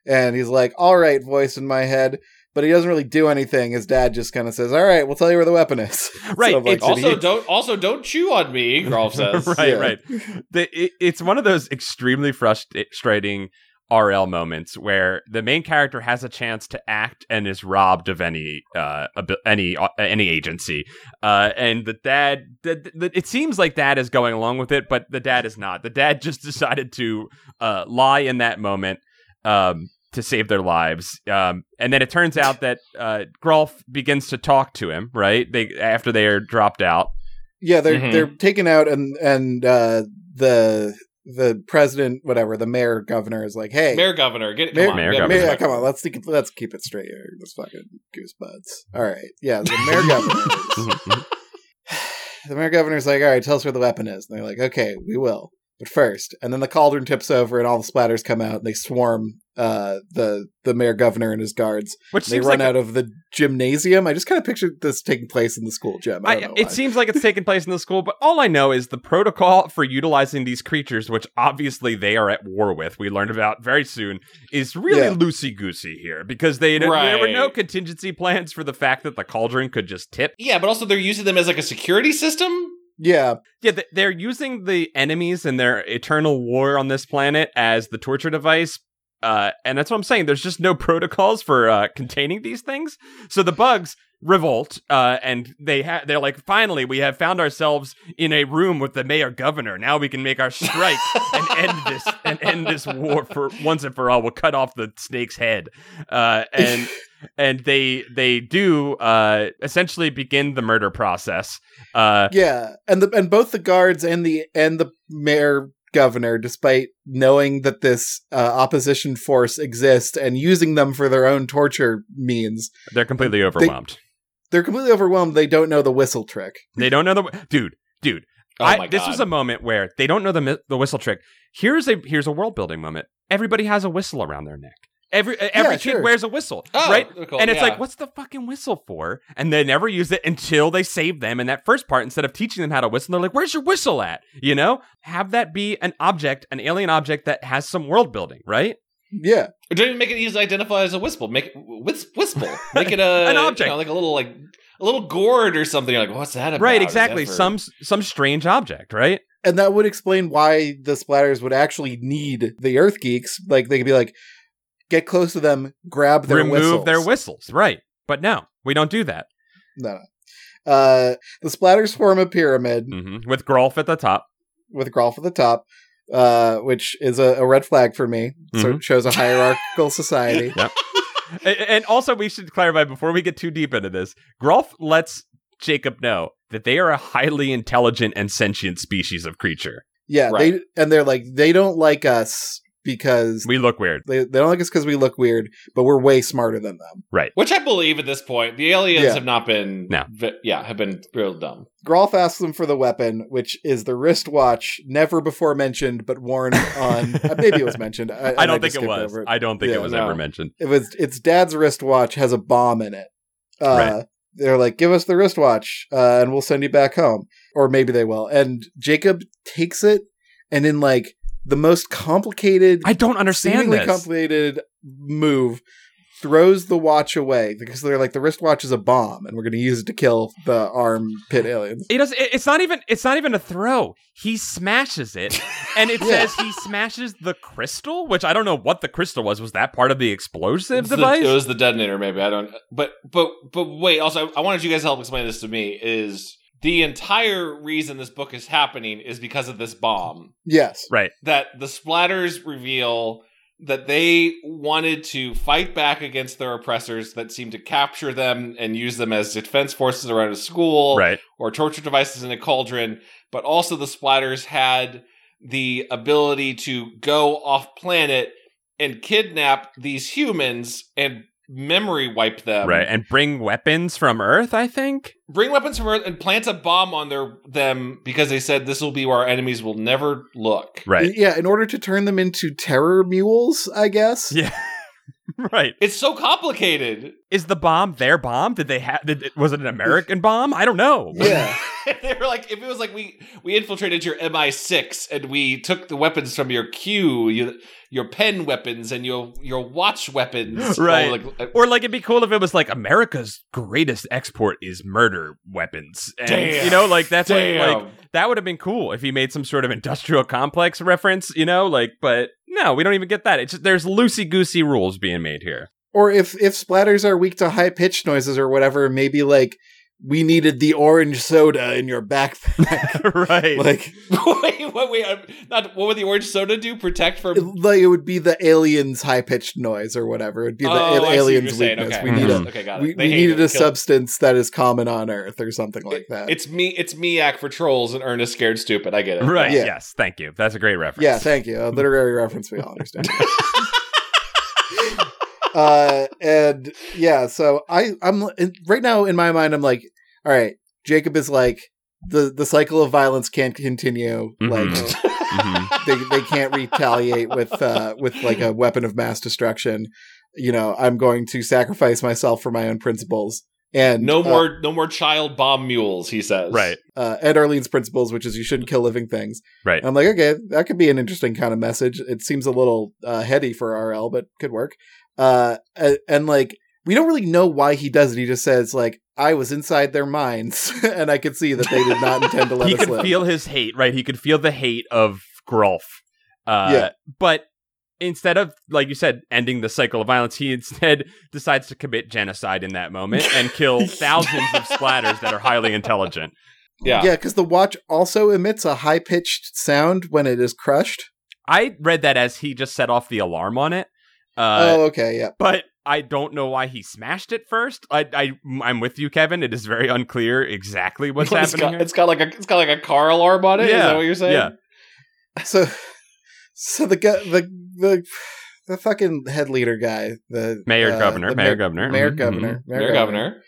B: and he's like all right voice in my head but he doesn't really do anything his dad just kind of says all right we'll tell you where the weapon is
A: Right,
B: So, like,
A: it's-
B: did he-
C: Also, don't also don't chew on me. Grolf says.
A: right,
B: Yeah.
A: right. The, it, it's one of those extremely frustrating RL moments where the main character has a chance to act and is robbed of any uh abi- any uh, any agency. Uh, and the dad, the, the, it seems like dad is going along with it, but the dad is not. The dad just decided to uh, lie in that moment. Um, to save their lives, um, and then it turns out that uh, Grolf begins to talk to him. Right, they after they are dropped out.
B: Yeah, they're
C: Mhm.
B: they're taken out and and uh, the the president, whatever, the mayor, governor is like, hey,
C: Mayor governor, get it.
B: Mayor-
C: come on,
A: Mayor
C: get-
A: governor.
B: mayor- yeah, come on, let's think, let's keep it straight here. Let's fucking goosebuds. All right, yeah, the mayor governor. is- the mayor governor's like, all right, tell us where the weapon is, and they're like, okay, we will, but first, and then the cauldron tips over, and all the splatters come out, and they swarm uh, the the mayor governor and his guards.
A: Which
B: They
A: seems
B: run
A: like
B: out of the gymnasium. I just kind of pictured this taking place in the school gym. I don't
A: I,
B: know
A: it
B: why.
A: seems like it's taking place in the school, but all I know is the protocol for utilizing these creatures, which obviously they are at war with, we learned about very soon, is really
B: Yeah.
A: loosey goosey here because they there were
C: Right.
A: no contingency plans for the fact that the cauldron could just tip.
C: Yeah, but also they're using them as like a security system.
B: yeah,
A: Yeah, th- they're using the enemies and their eternal war on this planet as the torture device. Uh, and that's what I'm saying. There's just no protocols for uh, containing these things. So the bugs revolt, uh, and they ha- they're like, finally, we have found ourselves in a room with the mayor governor. Now we can make our strike and end this and end this war for once and for all. We'll cut off the snake's head, uh, and and they they do uh, essentially begin the murder process. Uh,
B: yeah and the and both the guards and the and the mayor governor despite knowing that this uh, opposition force exists and using them for their own torture means
A: They're completely overwhelmed.
B: they're completely overwhelmed they don't know the whistle trick
A: They, don't know the dude. Dude,
C: Oh
A: I,
C: my
A: this
C: god!
A: was a moment where they don't know the mi- the whistle trick. Here's a here's a world building moment. Everybody has a whistle around their neck. Every uh, every
B: Yeah,
A: kid
B: sure.
A: wears a whistle,
C: Oh,
A: right?
C: cool,
A: and it's
C: yeah.
A: like, what's the fucking whistle for? And they never use it until they save them. And that first part, instead of teaching them how to whistle, they're like, where's your whistle at? You know, have that be an object, an alien object that has some world building, right?
B: yeah
C: Don't even make it easy to identify as a whistle. Make it whis- whistle. Make it a
A: An object.
C: you know, like a little like a little gourd or something. You're like, what's that about?
A: right,
C: Is that
A: exactly.
C: for-
A: Some some strange object, right?
B: and that would explain why the splatters would actually need the earth geeks like they could be like get close to them grab their
A: Remove
B: whistles.
A: their whistles, right? But no, we don't do that.
B: no no. uh the splatters form a pyramid
A: hmm With Grolf at the top.
B: with Grolf at the top, uh, which is a, a red flag for me. So
A: Mm-hmm.
B: it shows a hierarchical society.
A: A- a- And also, we should clarify before we get too deep into this Grolf lets Jacob know that they are a highly intelligent and sentient species of creature.
B: Yeah,
C: Right.
B: they and they're like they don't like us because
A: We look weird.
B: they, they don't like us because we look weird, but we're way smarter than them.
C: which I believe at this point, the aliens
B: Yeah.
C: have not been.
A: No.
C: ve- yeah, have been real dumb.
B: Grolf asks them for the weapon, which is the wristwatch, never before mentioned but worn on. uh, maybe it was mentioned. I,
A: I don't
B: just
A: think it
B: skipped
A: was.
B: over
A: I don't think
B: Yeah,
A: it was
C: no.
A: ever mentioned.
B: it was its dad's wristwatch has a bomb in it. Uh,
A: Right.
B: They're like, give us the wristwatch, uh, and we'll send you back home, or maybe they will. And Jacob takes it, and in like the most complicated,
A: I don't understand
B: seemingly
A: this.
B: complicated move, throws the watch away because they're like, the wristwatch is a bomb, and we're going to use it to kill the arm pit aliens.
A: It does. It, it's not even. It's not even a throw. He smashes it, and it
B: Yeah.
A: says he smashes the crystal, which I don't know what the crystal was. Was that part of the explosive
C: It's the-
A: device?
C: it was the detonator, maybe. I don't. But but but wait. Also, I, I wanted you guys to help explain this to me. Is the entire reason this book is happening is because of this bomb
B: Yes,
A: right.
C: that the splatters reveal that they wanted to fight back against their oppressors that seemed to capture them and use them as defense forces around a school
A: Right.
C: or torture devices in a cauldron, but also the splatters had the ability to go off planet and kidnap these humans and memory wipe
B: Um,
C: them.
A: right. And bring weapons from Earth. I think.
C: Bring weapons from Earth and plant a bomb on their them because they said this will be where our enemies will never look.
A: Right.
B: yeah. In order to turn them into terror mules, I guess.
A: Yeah. right.
C: It's so complicated.
A: Is the bomb their bomb? Did they have? Did, was it an American bomb? I don't know.
B: yeah.
C: they were like, if it was like we we infiltrated your MI6 and we took the weapons from your Q, your, your pen weapons and your your watch weapons, or
A: Right.
C: like, uh,
A: Or like it'd be cool if it was like America's greatest export is murder weapons, and
C: Damn.
A: you know, like that's what,
C: Damn.
A: like that would have been cool if he made some sort of industrial complex reference, you know, like. But no, we don't even get that. It's just there's loosey goosey rules being made here.
B: or if if splatters are weak to high pitched noises or whatever, maybe like we needed the orange soda in your backpack.
A: right.
B: like
C: wait, what? Wait, I'm not, what would the orange soda do? Protect
B: it,
C: from.
B: like it would be the aliens high pitched noise or whatever. It'd be the
C: Oh, I see
B: al-
C: what
B: aliens
C: you're saying.
B: weakness.
C: Okay.
B: We need a
A: Mhm.
C: Okay, got it.
B: we,
C: They
B: we
C: hate
B: needed
C: it.
B: a
C: Kill it.
B: substance that is common on Earth or something like that.
C: It's me. It's Miak for trolls and Ernest scared stupid. I get it.
A: Right.
B: Yeah.
A: Yes. Thank you. That's a great reference.
B: yeah, thank you. A literary reference we all understand. uh and yeah, so I I'm right now in my mind I'm like, all right, Jacob is like the the cycle of violence can't continue. Like
A: Mhm. Mhm.
B: they they can't retaliate with uh with like a weapon of mass destruction. You know, I'm going to sacrifice myself for my own principles. And
C: No
B: uh,
C: more. No more child bomb mules. He says.
A: Right.
B: uh, Ed Arlene's principles, which is you shouldn't kill living things.
A: Right.
B: And I'm like, okay, that could be an interesting kind of message. It seems a little uh, heady for RL, but could work. Uh, a- and like, we don't really know why he does it. He just says like, I was inside their minds, and I could see that they did not intend to let
A: he
B: us
A: could
B: live.
A: feel his hate, right? He could feel the hate of Grolf. Uh,
B: Yeah.
A: But instead of, like you said, ending the cycle of violence, he instead decides to commit genocide in that moment and kill thousands of splatters that are highly intelligent.
C: Yeah.
B: yeah, because the watch also emits a high pitched sound when it is crushed.
A: I read that as he just set off the alarm on it. Uh,
B: oh, okay, yeah.
A: But I don't know why he smashed it first. I, I, I'm with you, Kevin. It is very unclear exactly what's
C: It's
A: happening.
C: got-
A: here.
C: It's got like a. It's got like a car alarm on it. Is
A: Yeah.
C: that what you're saying?
A: Yeah.
B: So, so the guy, the the the fucking head leader guy, the
A: Mayor,
B: uh,
A: governor,
B: the
A: mayor,
B: mayor-
A: governor,
B: mayor
A: mhm,
B: governor,
C: Mayor governor.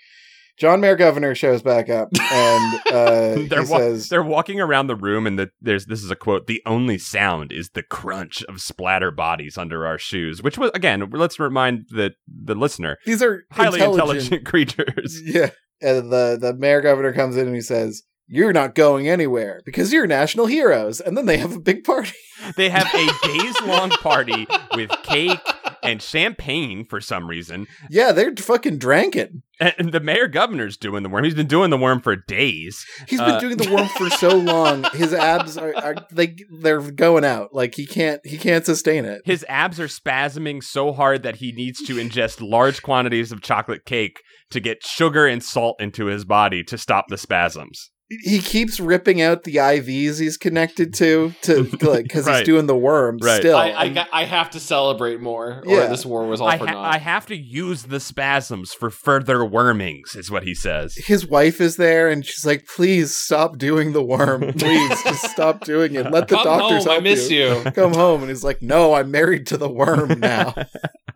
B: John Mayor Governor shows back up and uh, he
A: They're wa-
B: says,
A: They're walking around the room, and the, there's this is a quote: "The only sound is the crunch of splatter bodies under our shoes," which was again, let's remind the the listener,
B: "These are
A: highly
B: intelligent."
A: intelligent, creatures.
B: Yeah, and the the Mayor Governor comes in and he says, "You're not going anywhere because you're national heroes." And then they have a big party.
A: They have a days long party with cake and champagne for some reason,
B: Yeah, they're fucking dranking.
A: and the mayor governor's doing the worm. He's been doing the worm for days.
B: He's been
A: Uh,
B: doing the worm for so long. His abs are, are they they're going out. Like he can't he can't sustain it.
A: His abs are spasming so hard that he needs to ingest large quantities of chocolate cake to get sugar and salt into his body to stop the spasms.
B: he keeps ripping out the IVs he's connected to to like because
A: Right.
B: he's doing the worm
A: Right.
B: still.
C: I, I, got- I have to celebrate more, or
B: um, Yeah.
C: this war was all
A: I,
C: for
A: ha-
C: naught.
A: I have to use the spasms for further wormings, is what he says.
B: his wife is there and she's like, please stop doing the worm. Please just stop doing it. Let the
C: Come
B: doctors
C: home, I
B: help
C: miss you.
B: Come home. And he's like, no, I'm married to the worm now.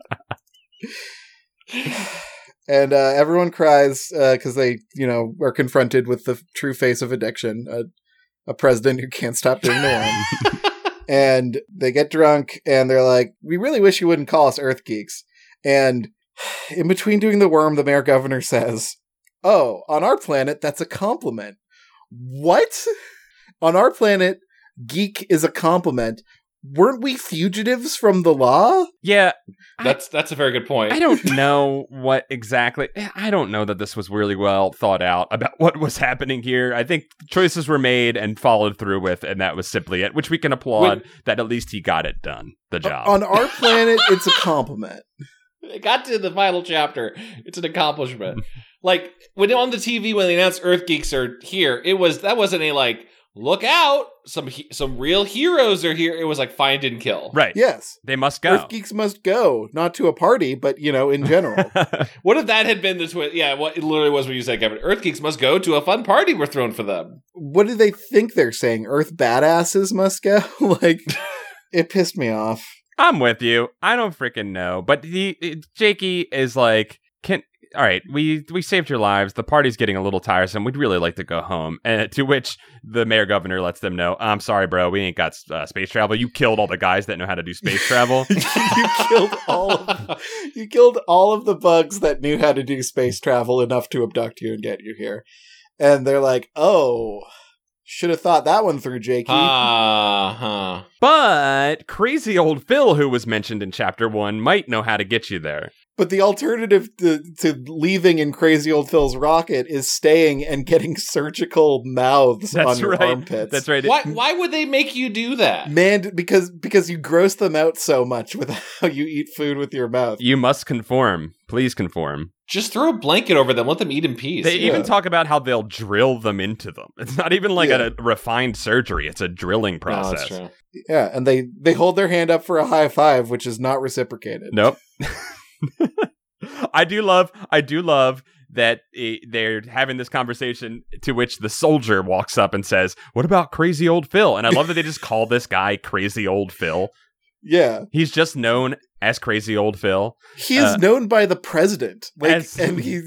B: and uh, everyone cries because they, you know, are confronted with the true face of addiction a, a president who can't stop doing the worm. and they get drunk and they're like, we really wish you wouldn't call us Earth Geeks. And in between doing the worm, the mayor governor says, Oh, on our planet, that's a compliment. What? On our planet, geek is a compliment. Weren't we fugitives from the law?
A: Yeah,
C: That's that's a very good point.
A: I don't know what exactly. I don't know that this was really well thought out about what was happening here. I think choices were made and followed through with, and that was simply it, which we can applaud that at least he got it done, the job.
B: On our planet, it's a compliment.
C: It got to the final chapter. It's an accomplishment. like when on the TV when they announced Earth Geeks are here, it was that wasn't a like look out some he- some real heroes are here. It was like find and kill.
A: right.
B: Yes.
A: They must go.
B: Earth geeks must go, not to a party, but, you know, in general.
C: What if that had been the twist? Yeah, what it literally was what you said, Kevin. Earth Geeks must go to a fun party we're thrown for them.
B: what do they think they're saying? Earth badasses must go? like, it pissed me off.
A: I'm with you. I don't freaking know. But the it- Jakey is like, can all right, we we saved your lives. The party's getting a little tiresome. We'd really like to go home. And to which the mayor governor lets them know, I'm sorry, bro. We ain't got uh, space travel. You killed all the guys that know how to do space travel.
B: you killed all of you killed all of the bugs that knew how to do space travel enough to abduct you and get you here. And they're like, "Oh, should have thought that one through, Jakey."
C: Ah, huh.
A: but crazy old Phil, who was mentioned in chapter one, might know how to get you there.
B: But the alternative to, to leaving in Crazy Old Phil's rocket is staying and getting surgical mouths on
A: That's
B: your
A: right.
B: armpits.
A: That's right.
C: Why? Why would they make you do that?
B: Man, because because you gross them out so much with how you eat food with your mouth.
A: You must conform. Please conform.
C: Just throw a blanket over them. Let them eat in peace.
A: They
B: Yeah.
A: even talk about how they'll drill them into them. It's not even like
B: Yeah.
A: a refined surgery, it's a drilling
C: No, that's
A: process.
C: true.
B: Yeah, and they they hold their hand up for a high five, which is not reciprocated.
A: Nope. I do love. I do love that eh, they're having this conversation to which the soldier walks up and says, "What about crazy old Phil?" And I love that they just call this guy crazy old Phil.
B: Yeah,
A: He's just known as crazy old Phil.
B: he is
A: Uh,
B: known by the president, like,
A: As-
B: and he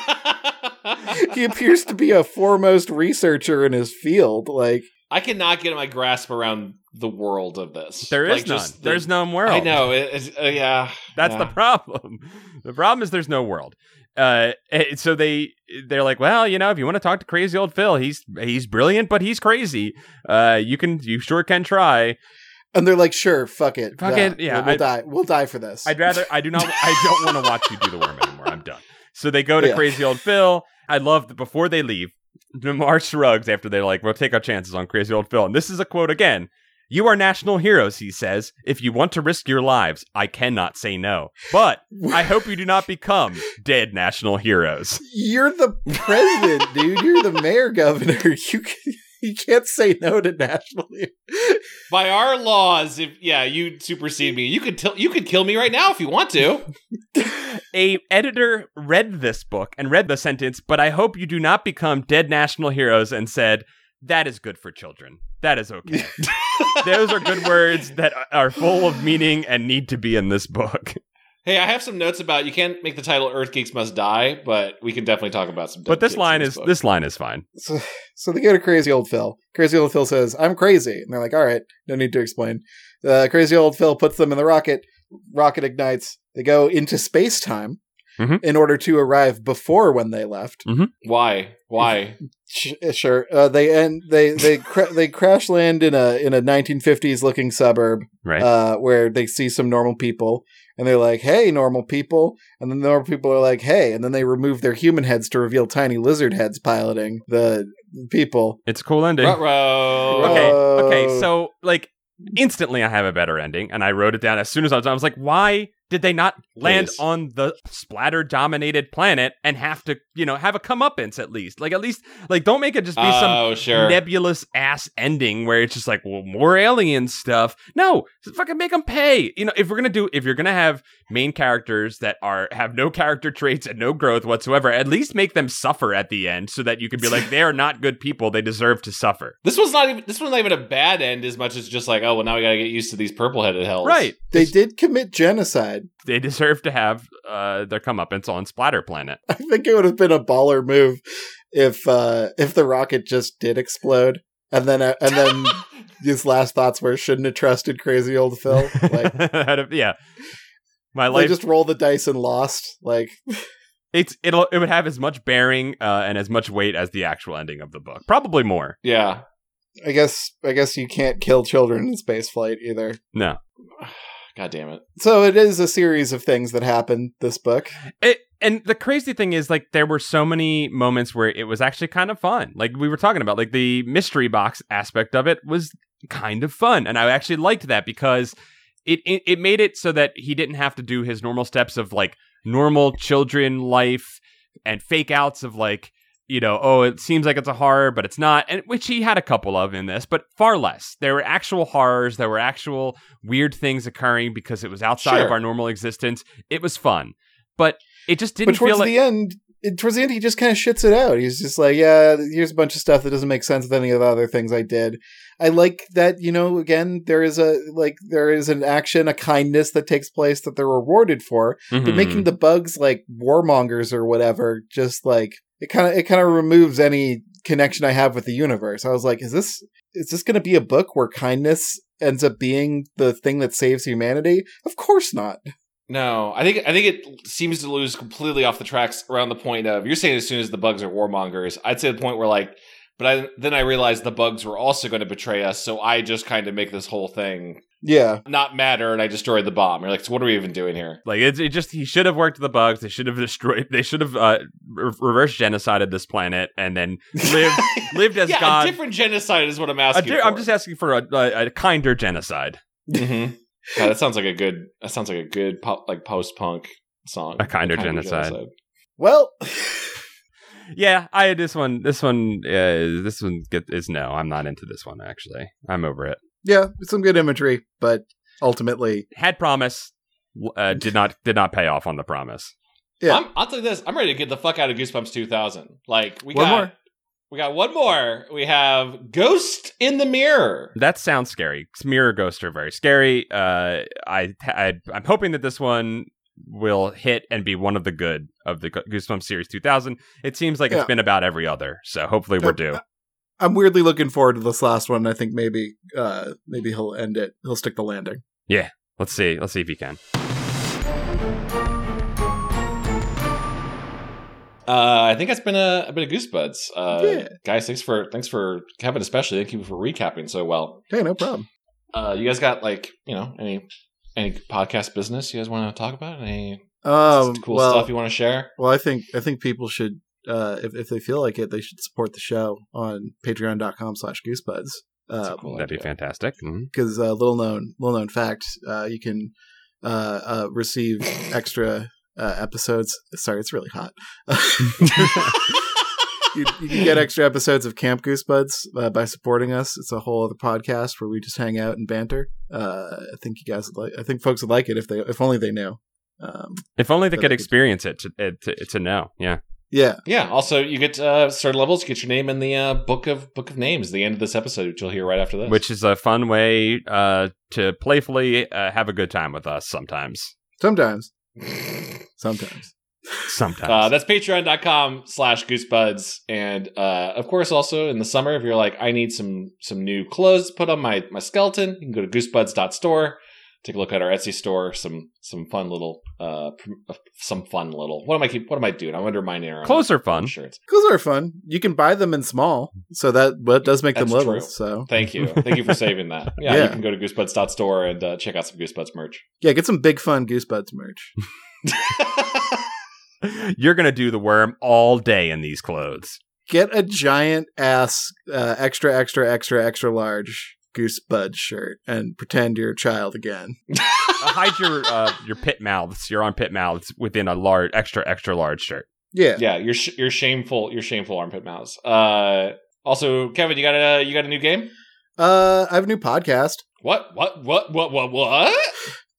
B: he appears to be a foremost researcher in his field. Like,
C: I cannot get my grasp around the world of this.
A: There is
C: Like,
A: none.
C: just the-
A: There's no world.
C: I know. It, it's, uh, yeah.
A: That's
C: yeah.
A: the problem. The problem is there's no world. Uh, eh, so they they're like, well, you know, if you want to talk to crazy old Phil, he's he's brilliant, but he's crazy. Uh, you can you sure can try.
B: and they're like, sure, fuck it,
A: Fuck
B: Nah,
A: it, yeah,
B: we'll, we'll
A: I-
B: die, we'll die for this.
A: I'd rather I do not I don't want to watch you do the worm anymore. I'm done. So they go to
B: Yeah.
A: crazy old Phil. I love that before they leave, Demar shrugs after they're like, "We'll take our chances on crazy old Phil." And this is a quote again. You are national heroes, he says. If you want to risk your lives, I cannot say no. But I hope you do not become dead national heroes.
B: You're the president, dude. You're the mayor, governor. You can, you can't say no to national.
C: By our laws, if yeah, you supersede me, you could till you could kill me right now if you want to.
A: A editor read this book and read the sentence, but I hope you do not become dead national heroes and said, that is good for children. That is okay. Those are good words that are full of meaning and need to be in this book.
C: Hey, I have some notes about you can't make the title "Earth Geeks Must Die," but we can definitely talk about some.
A: But
C: dead
A: this
C: geeks in
A: line is
C: book.
A: this line is fine.
B: So, so they go to crazy old Phil. Crazy old Phil says, "I'm crazy," and they're like, "All right, no need to explain." Uh, crazy old Phil puts them in the rocket. Rocket ignites. They go into space time
A: Mhm.
B: in order to arrive before when they left.
C: why why
B: Sh- uh, sure, uh, they end. They they cra- they crash land in a in a 1950s looking suburb
A: Right.
B: uh, where they see some normal people and they're like, "Hey, normal people!" And then the normal people are like, "Hey!" And then they remove their human heads to reveal tiny lizard heads piloting the people.
A: it's a cool ending.
C: Ruh-roh.
A: Okay,
B: Whoa.
A: okay. So like instantly I have a better ending and I wrote it down as soon as I was I was like, why did they not land
C: Please.
A: on the splatter dominated planet and have to, you know, have a comeuppance at least? Like at least like don't make it just be some
C: oh sure
A: nebulous ass ending where it's just like, well, more alien stuff. No, just fucking make them pay. You know, if we're gonna do, if you're gonna have main characters that are have no character traits and no growth whatsoever, at least make them suffer at the end so that you can be like, they are not good people. They deserve to suffer.
C: this was not even this was not even a bad end as much as just like oh well now we gotta get used to these purple headed hells
A: Right.
B: They did commit genocide.
A: They deserve to have uh, their comeuppance on Splatter Planet.
B: I think it would have been a baller move if uh, if the rocket just did explode, and then uh, and then his last thoughts were shouldn't have trusted crazy old Phil. Like
A: yeah. My
B: they
A: life
B: just rolled the dice and lost. Like
A: it's it'll it would have as much bearing uh, and as much weight as the actual ending of the book. Probably more.
C: yeah
B: I guess I guess you can't kill children in spaceflight either.
A: No.
C: god damn it
B: So it is a series of things that happened. This book.
A: It, and the crazy thing is, like, there were so many moments where it was actually kind of fun. Like we were talking about, like the mystery box aspect of it was kind of fun, and I actually liked that because it it, it made it so that he didn't have to do his normal steps of like normal children life and fake outs of like you know oh it seems like it's a horror but it's not and which he had a couple of in this but far less there were actual horrors there were actual weird things occurring because it was outside of
C: Sure.
A: our normal existence it was fun but it just
B: But
A: didn't
B: towards
A: feel like
B: the end, it, towards the end, he just kind of shits it out. He's just like, "Yeah, here's a bunch of stuff that doesn't make sense with any of the other things I did." I like that, you know. Again, there is a like there is an action, a kindness that takes place that they're rewarded for.
A: Hmm.
B: But making the bugs like warmongers or whatever, just like it kind of it kind of removes any connection I have with the universe. I was like, "Is this is this going to be a book where kindness?" ends up being the thing that saves humanity of course not
C: no i think i think it seems to lose completely off the tracks around the point of you're saying as soon as the bugs are warmongers i'd say the point where like but I, then i realized the bugs were also going to betray us so i just kind of make this whole thing
B: Yeah.
C: not matter and I destroyed the bomb. You're like, so what are we even doing here?
A: Mm-hmm. Like it's it just he should have worked the bugs. They should have destroyed. They should have uh, re- reverse genocided this planet and then lived lived as
C: yeah,
A: God.
C: a different genocide is what I'm
A: A
C: asking.
A: di-
C: for.
A: I'm just asking for a, a, a kinder genocide. Mm-hmm.
C: Mhm. Yeah, that sounds like a good. That sounds like a good pop, like post punk song.
A: A kinder genocide.
B: Well,
A: Yeah, I this one this one uh, this one get, is no. I'm not into this one actually. I'm over it.
B: yeah, some good imagery, but ultimately,
A: Had promise, w- uh, did not did not pay off on the promise.
B: Yeah.
C: I'm, I'll tell you this. I'm ready to get the fuck out of Goosebumps 2000. Like we
B: One
C: got
B: more.
C: We got one more. We have Ghost in the Mirror.
A: That sounds scary. Mirror ghosts are very scary. Uh, I, I I'm hoping that this one will hit and be one of the good of the Go- Goosebumps series 2000. It seems like
B: Yeah.
A: it's been about every other, so hopefully we're due.
B: I'm weirdly looking forward to this last one. I think maybe, uh, maybe he'll end it. He'll stick the landing.
A: Let's see. Let's see if you can.
C: Uh, I think that's been a, a bit of Goosebuds. Uh,
B: Yeah.
C: Guys, thanks for thanks for Kevin especially. Thank you for recapping so well.
B: Hey, no problem.
C: Uh, you guys got like you know any any podcast business you guys want to talk about? Any
B: Um,
C: cool
B: well,
C: stuff you want to share?
B: Well, I think I think people should, uh, if if they feel like it, they should support the show on Patreon.com/slash Goosebuds.
C: That's a
B: Uh,
C: cool
A: That'd be
C: idea.
A: fantastic. Mhm.
B: because uh, little known little known fact, uh, you can uh, uh, receive extra uh, episodes. Sorry, it's really hot. you, you can get extra episodes of Camp Goosebuds uh, by supporting us. It's a whole other podcast where we just hang out and banter. Uh, I think you guys would like. I think folks would like it if they if only they knew. Um,
A: If only they
B: That I
A: could
B: could-
A: experience it to, it to to know. Yeah.
B: yeah,
C: Yeah. Also, you get uh, certain levels. Get your name in the uh, book of book of names. The end of this episode, which you'll hear right after this.
A: Which is a fun way uh, to playfully uh, have a good time with us sometimes.
B: sometimes, sometimes.
A: Sometimes.
C: Uh, that's patreon.com slash goosebuds. And uh, of course, also in the summer, if you're like, I need some some new clothes to put on my, my skeleton, you can go to goosebuds.store. Take a look at our Etsy store. Some some fun little uh prom- uh, some fun little. What am I keep? What am I doing? I'm undermining our own
A: Clothes are fun.
C: shirts.
B: Those are fun. You can buy them in small, so that but does make them
C: That's
B: little.
C: true.
B: So
C: Thank you, thank you for saving that. Yeah,
B: Yeah.
C: you can go to goosebuds.store and uh, check out some goosebuds merch.
B: yeah, get some big fun Goosebuds merch.
A: You're gonna do the worm all day in these clothes.
B: get a giant ass uh, extra extra extra extra large goose bud shirt and pretend you're a child again
A: Uh, hide your uh, your pit mouths, your armpit mouths within a large, extra extra large shirt.
B: yeah,
C: yeah, your sh- your shameful your shameful armpit mouse. Uh, also, Kevin, you got a you got a new game.
B: uh i have a new podcast
C: What? What? What? What? What? What?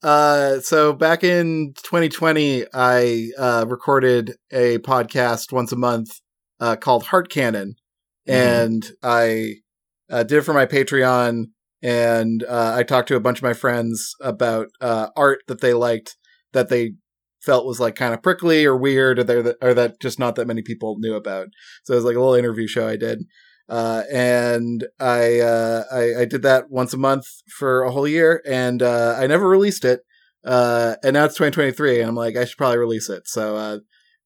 B: uh so back in 2020 i uh recorded a podcast once a month uh called heart cannon
C: Mhm.
B: and i uh, did it for my patreon and uh, i talked to a bunch of my friends about uh art that they liked that they felt was like kind of prickly or weird or that or that just not that many people knew about so it was like a little interview show i did uh, and I, uh, I I did that once a month for a whole year, and uh, I never released it. Uh, and now it's 2023, and I'm like, I should probably release it. So uh,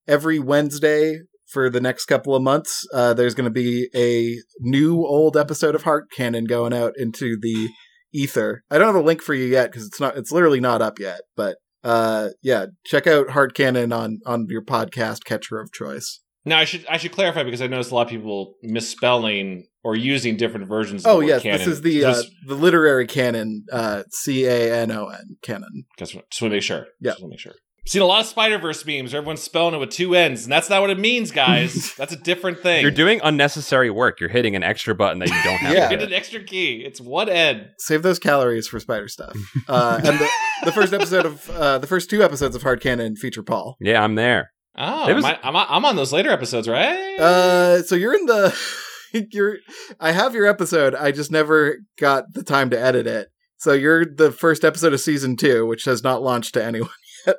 B: every Wednesday for the next couple of months, uh, there's going to be a new old episode of Heart Cannon going out into the ether. I don't have a link for you yet because it's not it's literally not up yet, but. Uh yeah, check out Heart Cannon on on your podcast catcher of choice.
C: Now I should I should clarify because I noticed a lot of people misspelling or using different versions. Of
B: Oh
C: the word
B: yes,
C: canon.
B: this is the uh,
C: Just,
B: the literary canon, uh, C A N O N canon.
C: just want to make sure.
B: Yeah.
C: just want to make sure. Seen a lot of Spider Verse memes where everyone's spelling it with two N's, and that's not what it means, guys. that's a different thing.
A: You're doing unnecessary work. You're hitting an extra button that you don't have.
B: Yeah.
A: to
C: Hit
A: hit.
C: an extra key. It's one N.
B: Save those calories for spider stuff. Uh, and the, the first episode of uh, the first two episodes of Hard Cannon feature Paul.
A: yeah, I'm there.
C: Oh,
A: It was-
C: am I, am I- I'm on those later episodes, right?
B: Uh, so you're in the you're I have your episode. I just never got the time to edit it. So you're the first episode of season two, which has not launched to anyone.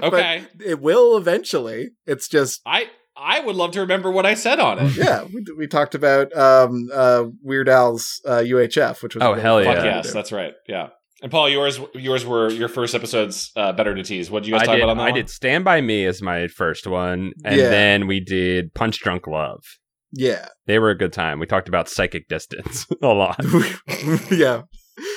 B: but-
C: okay.
B: It will eventually. It's just
C: I I would love to remember what I said on it.
B: yeah. We, we talked about um uh Weird Al's uh, UHF, which was
A: Oh,
B: really
A: hell
B: fun
C: Fuck
A: Yeah.
B: to
C: yes,
B: do.
C: that's right. Yeah. And Paul, yours yours were your first episodes uh, better to tease. What did you guys
A: I
C: talk
A: did.
C: about on that
A: I
C: one?
A: did. Stand by me as my first one, and
B: Yeah.
A: then we did Punch Drunk Love.
B: yeah.
A: They were a good time. We talked about psychic distance a lot.
B: yeah.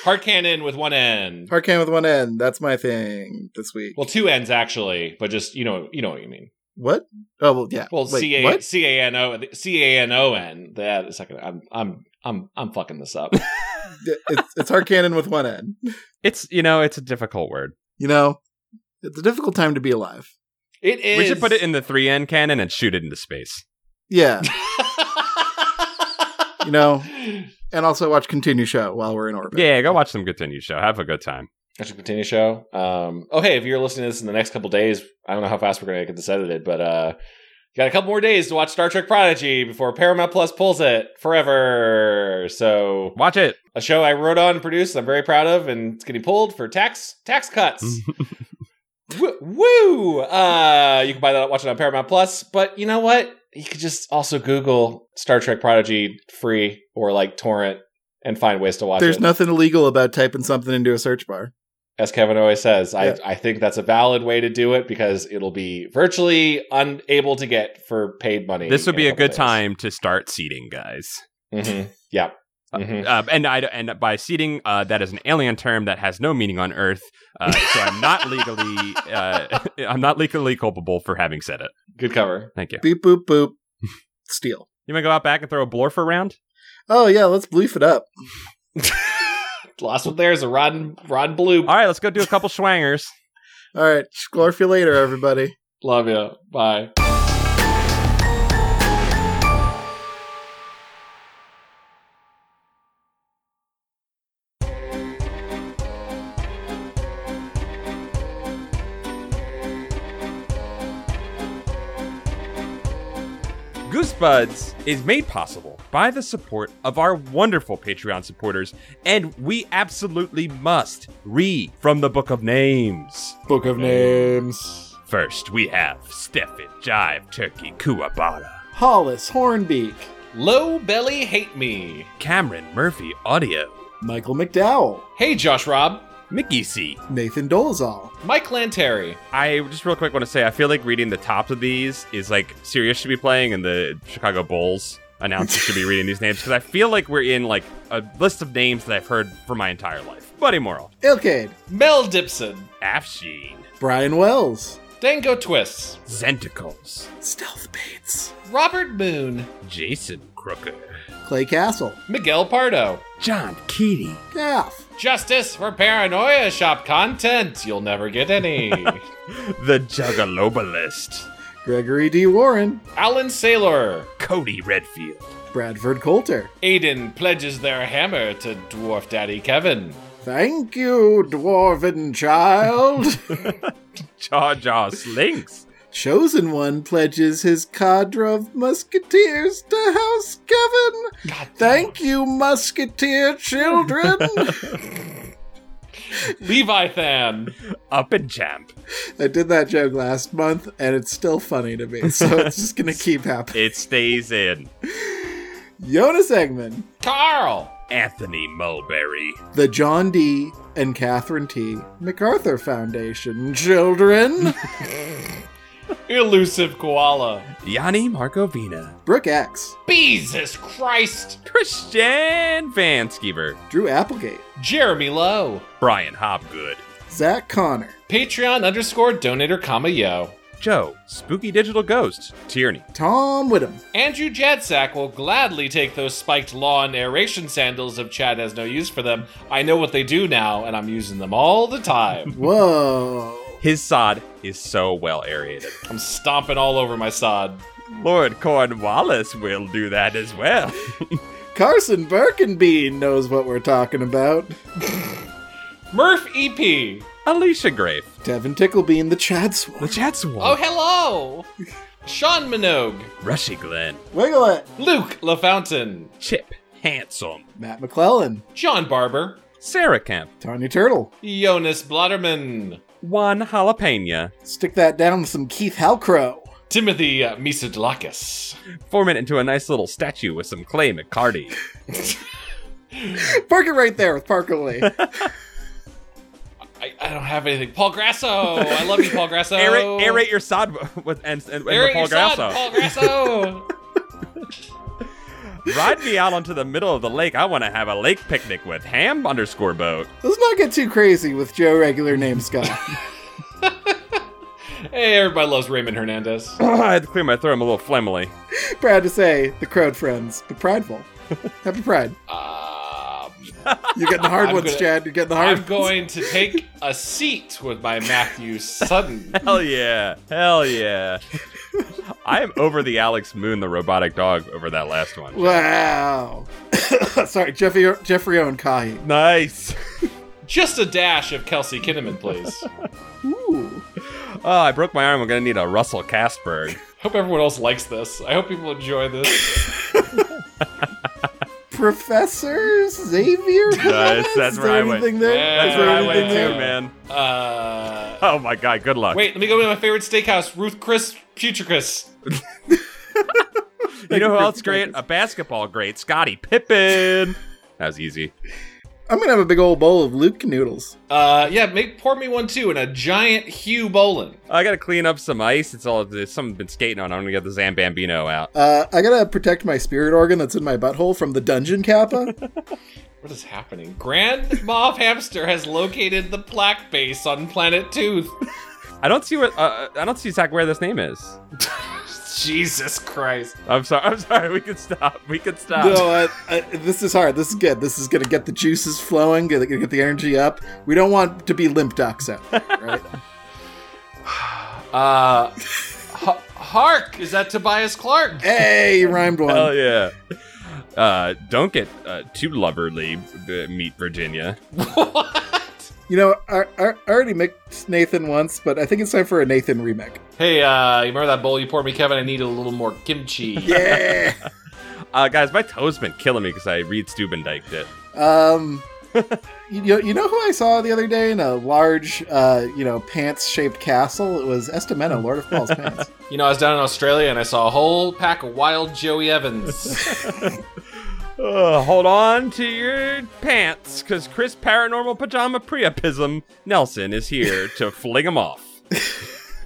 C: Hard cannon with one end.
B: Hard can with one end. That's my thing this week.
C: well, two ends actually, but just you know, you know what you mean.
B: What? Oh well, yeah.
C: Well,
B: Wait,
C: C A
B: what?
C: C A N O C A N O N. That is second. I'm I'm I'm I'm fucking this up.
B: D- It's, it's hard cannon with one end.
A: It's you know, it's a difficult word.
B: You know, it's a difficult time to be alive.
C: It is.
A: We should put it in the three end cannon and shoot it into space.
B: Yeah, you know, and also watch continue show while we're in orbit.
A: Yeah, go watch some continue show. Have a good time.
C: That's a continue show. Um, oh, hey, if you're listening to this in the next couple days, I don't know how fast we're going to get this edited, but uh, you got a couple more days to watch Star Trek Prodigy before Paramount Plus pulls it forever. So,
A: Watch it.
C: a show I wrote on and produced, I'm very proud of, and it's getting pulled for tax tax cuts. Woo- Woo! Uh, you can buy that, watch it on Paramount Plus. But you know what? You could just also Google Star Trek Prodigy free or like torrent and find ways to watch
B: There's
C: it.
B: nothing illegal about typing something into a search bar.
C: as Kevin always says,
B: Yeah.
C: I, I think that's a valid way to do it because it'll be virtually unable to get for paid money.
A: This would
C: in
A: be a
C: couple
A: good
C: days.
A: time to start seeding, guys.
C: Mhm. Yeah. Mhm.
A: Uh, and I and by seeding, uh, that is an alien term that has no meaning on Earth. Uh, so I'm not legally, uh, I'm not legally culpable for having said it.
C: Good cover.
A: Thank you.
B: Beep boop boop. Steal.
A: You want to go out back and throw a blorfer round?
B: Oh yeah, let's bleef it up.
C: Last one there is a rotten, rotten blue.
A: All right, let's go do a couple swangers.
B: All right, scorf you later, everybody.
C: Love you. Bye.
A: Goosebuds is made possible by the support of our wonderful Patreon supporters, and we absolutely must read from the Book of Names.
B: Book of Names.
A: First, we have Stefan Jive Turkey Kuwabata.
B: Hollis Hornbeak.
C: Low belly hate me.
A: Cameron Murphy Audio,
B: Michael McDowell.
C: Hey, Josh Rob.
A: Mickey C.
B: Nathan Dolezal.
C: Mike Lanteri.
A: I just real quick want to say I feel like reading the tops of these is like Sirius should be playing and the Chicago Bulls announcers should be reading these names because I feel like we're in like a list of names that I've heard for my entire life. Buddy Morrill,
B: Ilkade.
C: Mel Dibson.
A: Afshin,
B: Brian Wells.
C: Dango Twists.
A: Zenticles,
B: Stealth Bates.
C: Robert Moon.
A: Jason Crooker,
B: Clay Castle.
C: Miguel Pardo.
A: John Keaty,
B: Gaff.
C: Justice for Paranoia Shop content. You'll never get any.
A: the Juggalobalist,
B: Gregory D. Warren.
C: Alan Saylor.
A: Cody Redfield,
B: Bradford Coulter.
C: Aiden pledges their hammer to Dwarf Daddy Kevin.
B: Thank you, Dwarven Child.
A: Jaw Jaw Slinks,
B: Chosen One pledges his cadre of musketeers to House Kevin.
C: God
B: Thank you, musketeer children.
C: Leviathan.
A: Up and Champ.
B: I did that joke last month, and it's still funny to me, so it's just gonna keep happening.
A: It stays in.
B: Jonas Eggman,
C: Carl.
A: Anthony Mulberry,
B: the John D. and Catherine T. MacArthur Foundation children.
C: Elusive Koala.
A: Yanni Markovina.
B: Brooke X,
C: Jesus Christ.
A: Christian Vanskever,
B: Drew Applegate,
C: Jeremy Lowe.
A: Brian Hobgood,
B: Zach Connor,
C: Patreon underscore donator comma yo.
A: Joe, Spooky Digital Ghost, Tierney,
B: Tom Whittem,
C: Andrew Jadsack will gladly take those spiked law and aeration sandals if Chad has no use for them. I know what they do now, and I'm using them all the time.
B: Whoa.
A: his sod is so well aerated.
C: I'm stomping all over my sod.
A: Lord Cornwallis will do that as well.
B: Carson Birkenbean knows what we're talking about.
C: Murph E EP.
A: Alicia Grafe,
B: Devin Ticklebean, the Chad
A: the
B: Swan.
C: Oh,
A: Chatswood,
C: hello. Sean Minogue.
A: Rushy Glen,
B: Wiggle it.
C: Luke LaFountain.
A: Chip, Handsome,
B: Matt McClellan,
C: John Barber.
A: Sarah Camp,
B: Tanya Turtle.
C: Jonas Blotterman.
A: Juan Jalapena,
B: Stick that down with some Keith Halcrow.
C: Timothy Misadlakis.
A: form it into a nice little statue with some clay McCarty,
B: Park it right there with Parker Lee.
C: I, I don't have anything. Paul Grasso. I love you, Paul Grasso.
A: aerate, aerate your sod with and, and, and with
C: Aerate
A: Paul
C: your sod,
A: Grasso.
C: Paul Grasso.
A: Ride me out onto the middle of the lake. I want to have a lake picnic with ham underscore boat.
B: Let's not get too crazy with Joe regular name Scott.
C: hey, everybody loves Raymond Hernandez.
A: I had to clear my throat. I'm a little flamily.
B: Proud to say, the crowd friends, the prideful. Happy Pride.
C: Um,
B: You're getting the hard
C: I'm
B: ones,
C: gonna-
B: Chad. You're getting the hard
C: I'm going to take a seat with my Matthew Sutton.
A: Hell yeah. Hell yeah. I am over the Alex Moon, the robotic dog, over that last one.
B: ones. Wow. Sorry, Jeffrey Jeffrey Owen Kahi.
A: Nice.
C: Just a dash of Kelsey Kinneman, please.
B: Ooh.
A: Oh, I broke my arm. I'm going to need a Russell Castberg.
C: Hope everyone else likes this. I hope people enjoy this.
B: Professor Xavier?
A: Nice, that's
B: Is
A: where I
B: there
A: went.
B: anything there?
C: Yeah,
B: Is
A: That's
B: there
A: where I went
B: anything
A: too,
B: there?
C: there?
A: man.
C: Uh,
A: Oh my god, good luck.
C: wait, let me go to my favorite steakhouse, Ruth Chris Future Chris.
A: you know who else great? A basketball great, Scotty Pippen. That was easy.
B: I'm gonna have a big old bowl of Luke noodles.
C: Uh, yeah, make pour me one too, and a giant Hugh Bolin.
A: I gotta clean up some ice. It's all there's someone's been skating on. I'm gonna get the Zambambino out.
B: Uh, I gotta protect my spirit organ that's in my butthole from the dungeon kappa.
C: What is happening? Grand Moff Hamster has located the plaque base on Planet Tooth.
A: I don't see what uh, I don't see exactly where this name is.
C: Jesus Christ.
A: I'm sorry. I'm sorry. We can stop. We can stop.
B: no, I, I, this is hard. This is good. This is gonna get the juices flowing. Gonna, gonna get the energy up. We don't want to be limp ducks out, there, right?
C: Uh, ha- Hark! Is that Tobias Clark?
B: hey, you rhymed one.
A: Hell yeah. Uh, don't get uh, too lubberly. Uh, meet Virginia.
C: what?
B: You know, I, I, I already mixed Nathan once, but I think it's time for a Nathan remake.
C: Hey, uh, you remember that bowl you poured me, Kevin? I need a little more kimchi.
B: Yeah.
A: Uh, guys, my toe's been killing me because I read Stubendike it.
B: Um, you, know- you know who I saw the other day in a large, uh, you know, pants-shaped castle? It was Estamento, Lord of Paul's Pants.
C: You know, I was down in Australia and I saw a whole pack of wild Joey Evans.
A: Uh, hold on to your pants, because Chris Paranormal Pajama Priapism Nelson is here to fling them off.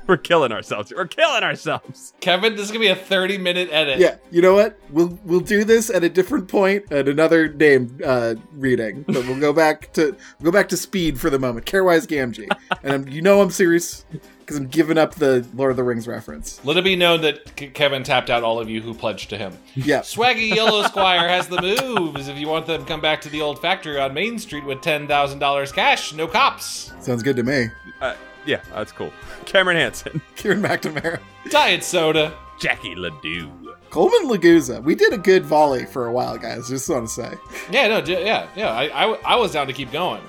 A: We're killing ourselves. We're killing ourselves.
C: Kevin, this is gonna be a 30 minute edit.
B: yeah, you know what? We'll we'll do this at a different point at another name uh, reading, but we'll go back to we'll go back to speed for the moment. Carewise Gamgee, and I'm, you know I'm serious because I'm giving up the Lord of the Rings reference.
C: Let it be known that K- Kevin tapped out all of you who pledged to him.
B: Yeah,
C: Swaggy Yellow Squire has the moves. If you want them, come back to the old factory on Main Street with $10,000 cash, no cops.
B: sounds good to me.
A: Uh, yeah, that's cool. Cameron Hansen,
B: Kieran McNamara,
C: Diet soda.
A: Jackie Ledoux.
B: Coleman Laguza. We did a good volley for a while, guys. Just want to say.
C: Yeah, no, j- yeah, yeah. I, I, w- I was down to keep going.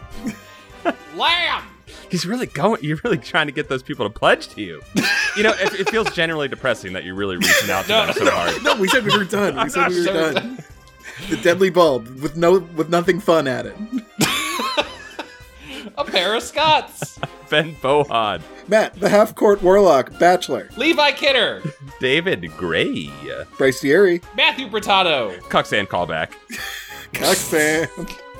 C: Lamb!
A: He's really going. You're really trying to get those people to pledge to you. You know, it, it feels generally depressing that you're really reaching out to
C: No,
A: them so hard.
B: No, we said we were done. We said we were
C: sure we're
B: done. The deadly bulb with no with nothing fun at it.
C: A pair of Scots.
A: Ben Bohan,
B: Matt, the half court warlock, bachelor,
C: Levi Kidder.
A: David Gray,
B: Bryce Dieri,
C: Matthew Brittato.
A: Cuxan callback.
B: Coxan,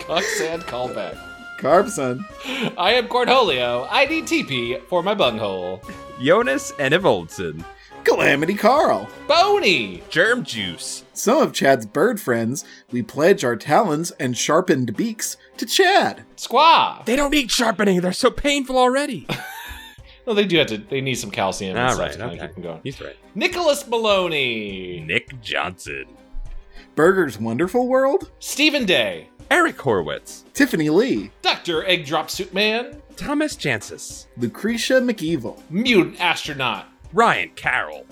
C: Cucks and callback.
B: Carbson,
C: I am Cornholio. I need TP for my bunghole.
A: Jonas Enevoldsen,
B: Calamity Carl.
C: Boney.
A: Germ Juice.
B: Some of Chad's bird friends, we pledge our talons and sharpened beaks to Chad.
C: Squaw.
A: They don't need sharpening. They're so painful already.
C: No, they do have to. They need some calcium. and
A: All
C: stuff
A: right,
C: to kinda
A: okay.
C: keep them going.
A: He's right.
C: Nicholas Maloney.
A: Nick Johnson.
B: Burger's Wonderful World,
C: Stephen Day.
A: Eric Horowitz.
B: Tiffany Lee,
C: Dr. Egg Drop Suit Man.
A: Thomas Jancis.
B: Lucretia McEvil,
C: Mutant Astronaut.
A: Ryan Carroll.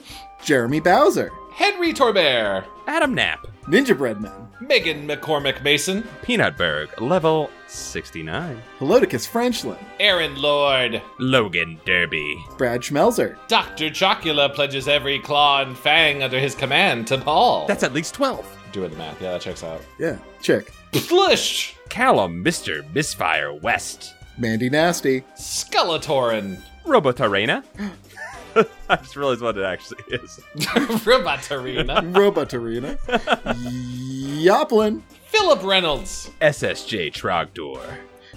B: Jeremy Bowser,
C: Henry Torbert.
A: Adam Knapp.
B: Ninja Breadman,
C: Megan McCormick Mason.
A: Peanutberg. Level 69.
B: Heloticus Frenchlin,
C: Aaron Lord.
A: Logan Derby.
B: Brad Schmelzer,
C: Dr. Chocula pledges every claw and fang under his command to Paul.
A: That's at least 12.
C: doing the math. Yeah, that checks out.
B: yeah, Chick,
C: Slush.
A: Callum Mr. Misfire West.
B: Mandy Nasty,
C: Skeletorin.
A: Robotarena. I just realized what it actually is.
C: Robotarina.
B: Robotarena, Yoplin,
C: Philip Reynolds.
A: SSJ Trogdor.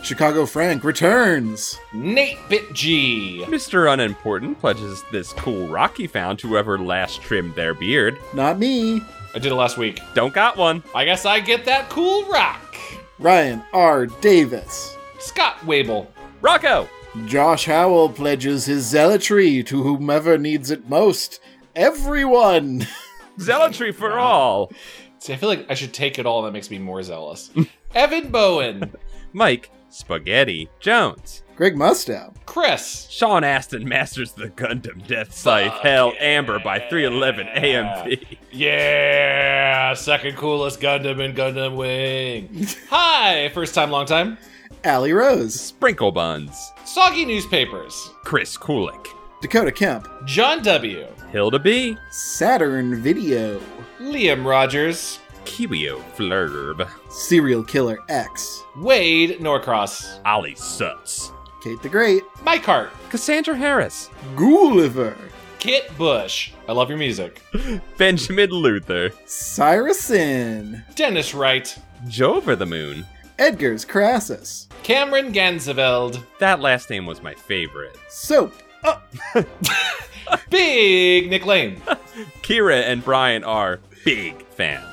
B: Chicago Frank returns.
C: Nate Bit G.
A: Mr. Unimportant pledges this cool rock he found to whoever last trimmed their beard.
B: Not me.
C: I did it last week.
A: Don't got one.
C: I guess I get that cool rock.
B: Ryan R. Davis.
C: Scott Wable.
A: Rocco.
B: Josh Howell pledges his zealotry to whomever needs it most. Everyone!
A: Zealotry for all.
C: See, I feel like I should take it all. That makes me more zealous. Evan Bowen.
A: Mike. Spaghetti. Jones.
B: Greg Mustow.
C: Chris.
A: Sean Aston masters the Gundam Death Scythe.
C: Fuck
A: Hell,
C: yeah.
A: Amber by 311 AMP.
C: Yeah, second coolest Gundam in Gundam Wing. Hi, first time, long time.
B: Allie Rose.
A: Sprinkle Buns.
C: Soggy Newspapers.
A: Chris Kulik.
B: Dakota Kemp.
C: John W.
A: Hilda B.
B: Saturn Video.
C: Liam Rogers.
A: Kiwio Flurb.
B: Serial Killer X.
C: Wade Norcross.
A: Ollie Suts.
B: Kate the Great.
C: Mike Hart.
A: Cassandra Harris.
B: Gulliver.
C: Kit Bush. I love your music.
A: Benjamin Luther.
B: Cyrusson.
C: Dennis Wright.
A: Joe for the Moon.
B: Edgar's Crassus.
C: Cameron Ganzeveld.
A: That last name was my favorite.
B: Soap.
C: Big Nick Lane.
A: Kira and Brian are big fans.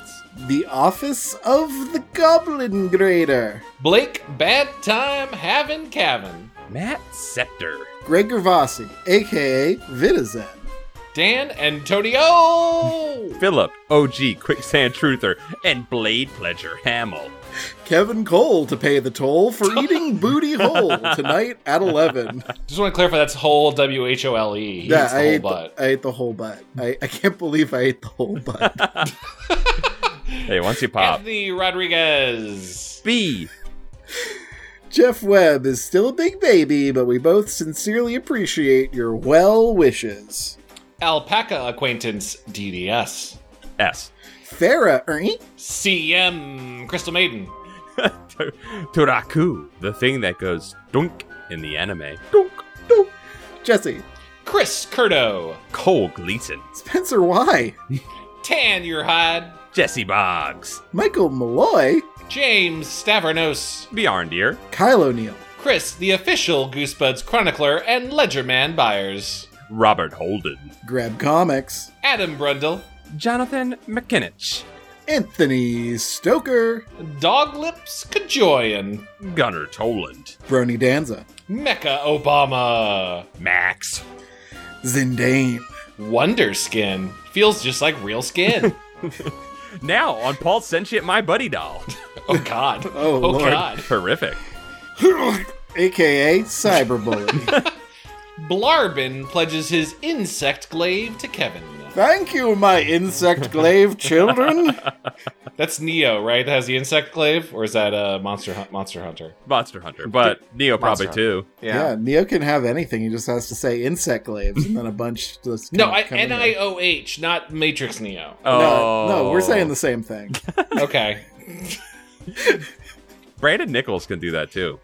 B: The Office of the Goblin Grader.
C: Blake Bad Time Havin' Cavin.
A: Matt Scepter.
B: Greg Gervasi, aka Vitizen.
C: Dan Antonio.
A: Philip, OG Quicksand Truther, and Blade Pledger Hamill.
B: Kevin Cole to pay the toll for eating booty hole tonight at 11.
C: Just want to clarify that's whole W H O L E. He
B: Yeah,
C: eats the
B: I
C: whole
B: ate the,
C: butt.
B: I ate the whole butt. I, I can't believe I ate the whole butt.
A: Hey, once you pop.
C: Anthony Rodriguez.
A: B.
B: Jeff Webb is still a big baby, but we both sincerely appreciate your well wishes.
C: Alpaca Acquaintance DDS.
A: S.
B: Farah er, eh? Ernie,
C: CM Crystal Maiden.
A: Turaku, the thing that goes dunk in the anime. Dunk, dunk.
B: Jesse,
C: Chris Curto.
A: Cole Gleason.
B: Spencer Y,
C: Tan Your Hide.
A: Jesse Boggs.
B: Michael Malloy,
C: James Stavros.
A: Bjarndir.
B: Kyle O'Neill,
C: Chris, the official Goosebuds Chronicler and Ledgerman Buyers.
A: Robert Holden.
B: Grab Comics,
C: Adam Brundle.
A: Jonathan McKinnich.
B: Anthony Stoker,
C: Doglips Kajoyan.
A: Gunnar Toland.
B: Brony Danza,
C: Mecca Obama.
A: Max.
B: Zindane,
C: Wonder Skin. Feels just like real skin.
A: Now on Paul Sentient My Buddy Doll.
C: oh, God.
B: Oh, Lord.
C: God.
A: Horrific.
B: aka Cyberbully.
C: Blarbin pledges his insect glaive to Kevin.
B: Thank you, my insect glaive children.
C: That's Neo, right? That has the insect glaive, or is that a uh, monster Hun- monster hunter?
A: Monster Hunter, but Neo probably
C: Hunter.
A: too.
B: Yeah. Neo can have anything. He just has to say insect glaives and then a bunch just
C: No,
B: come-
C: I,
B: come in
C: N
B: there.
C: I O H, not Matrix Neo.
A: Oh.
B: No, no, we're saying the same thing.
C: Okay.
A: Brandon Nichols can do that too.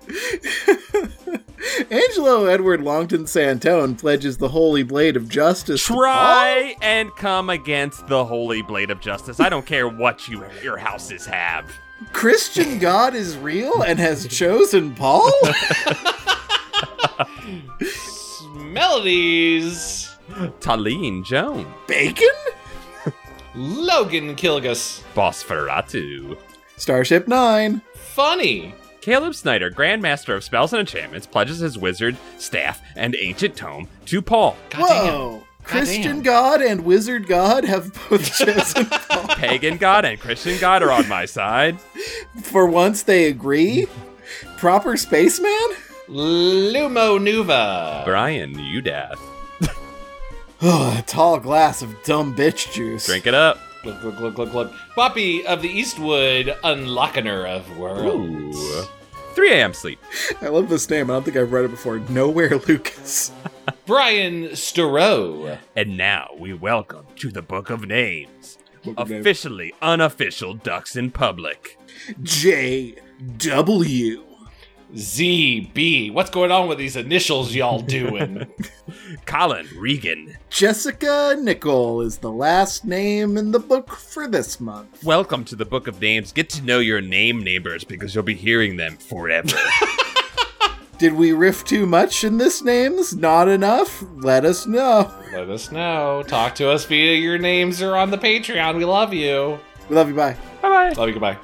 B: Angelo Edward Longton Santone pledges the Holy Blade of Justice. to Paul.
A: Try and come against the holy blade of justice. I don't care what you your houses have.
B: Christian God is real and has chosen Paul?
C: S- Melodies.
A: Taline Jones,
B: Bacon?
C: Logan Kilgus.
A: Bosferatu,
B: Starship 9.
C: Funny.
A: Caleb Snyder, Grandmaster of Spells and Enchantments, pledges his wizard staff and ancient tome to Paul.
C: God
B: Whoa. Christian God and Wizard God have both chosen Paul.
A: Pagan God and Christian God are on my side.
B: For once they agree? Proper spaceman?
C: damn. Lumo Nuva.
A: Brian Udath,
B: a tall glass of dumb bitch juice.
A: drink it up.
C: Glug, glug, glug, glug, glug. Boppy of the Eastwood, Unlockener of Worlds.
A: Ooh. 3 a.m. sleep.
B: I love this name. I don't think I've read it before. Nowhere Lucas.
C: Brian Storeau.
A: And now we welcome to the Book of Names,
B: Book of Names.
A: officially unofficial ducks in public.
B: J W.
C: ZB. What's going on with these initials y'all doing?
A: Colin Regan,
B: Jessica Nicole is the last name in the book for this month.
A: welcome to the Book of Names. Get to know your name neighbors because you'll be hearing them forever.
B: Did we riff too much in this names? Not enough? Let us know.
C: Let us know. Talk to us via your names or on the Patreon. We love you.
B: We love you. Bye.
A: Bye bye.
C: Love you. Goodbye.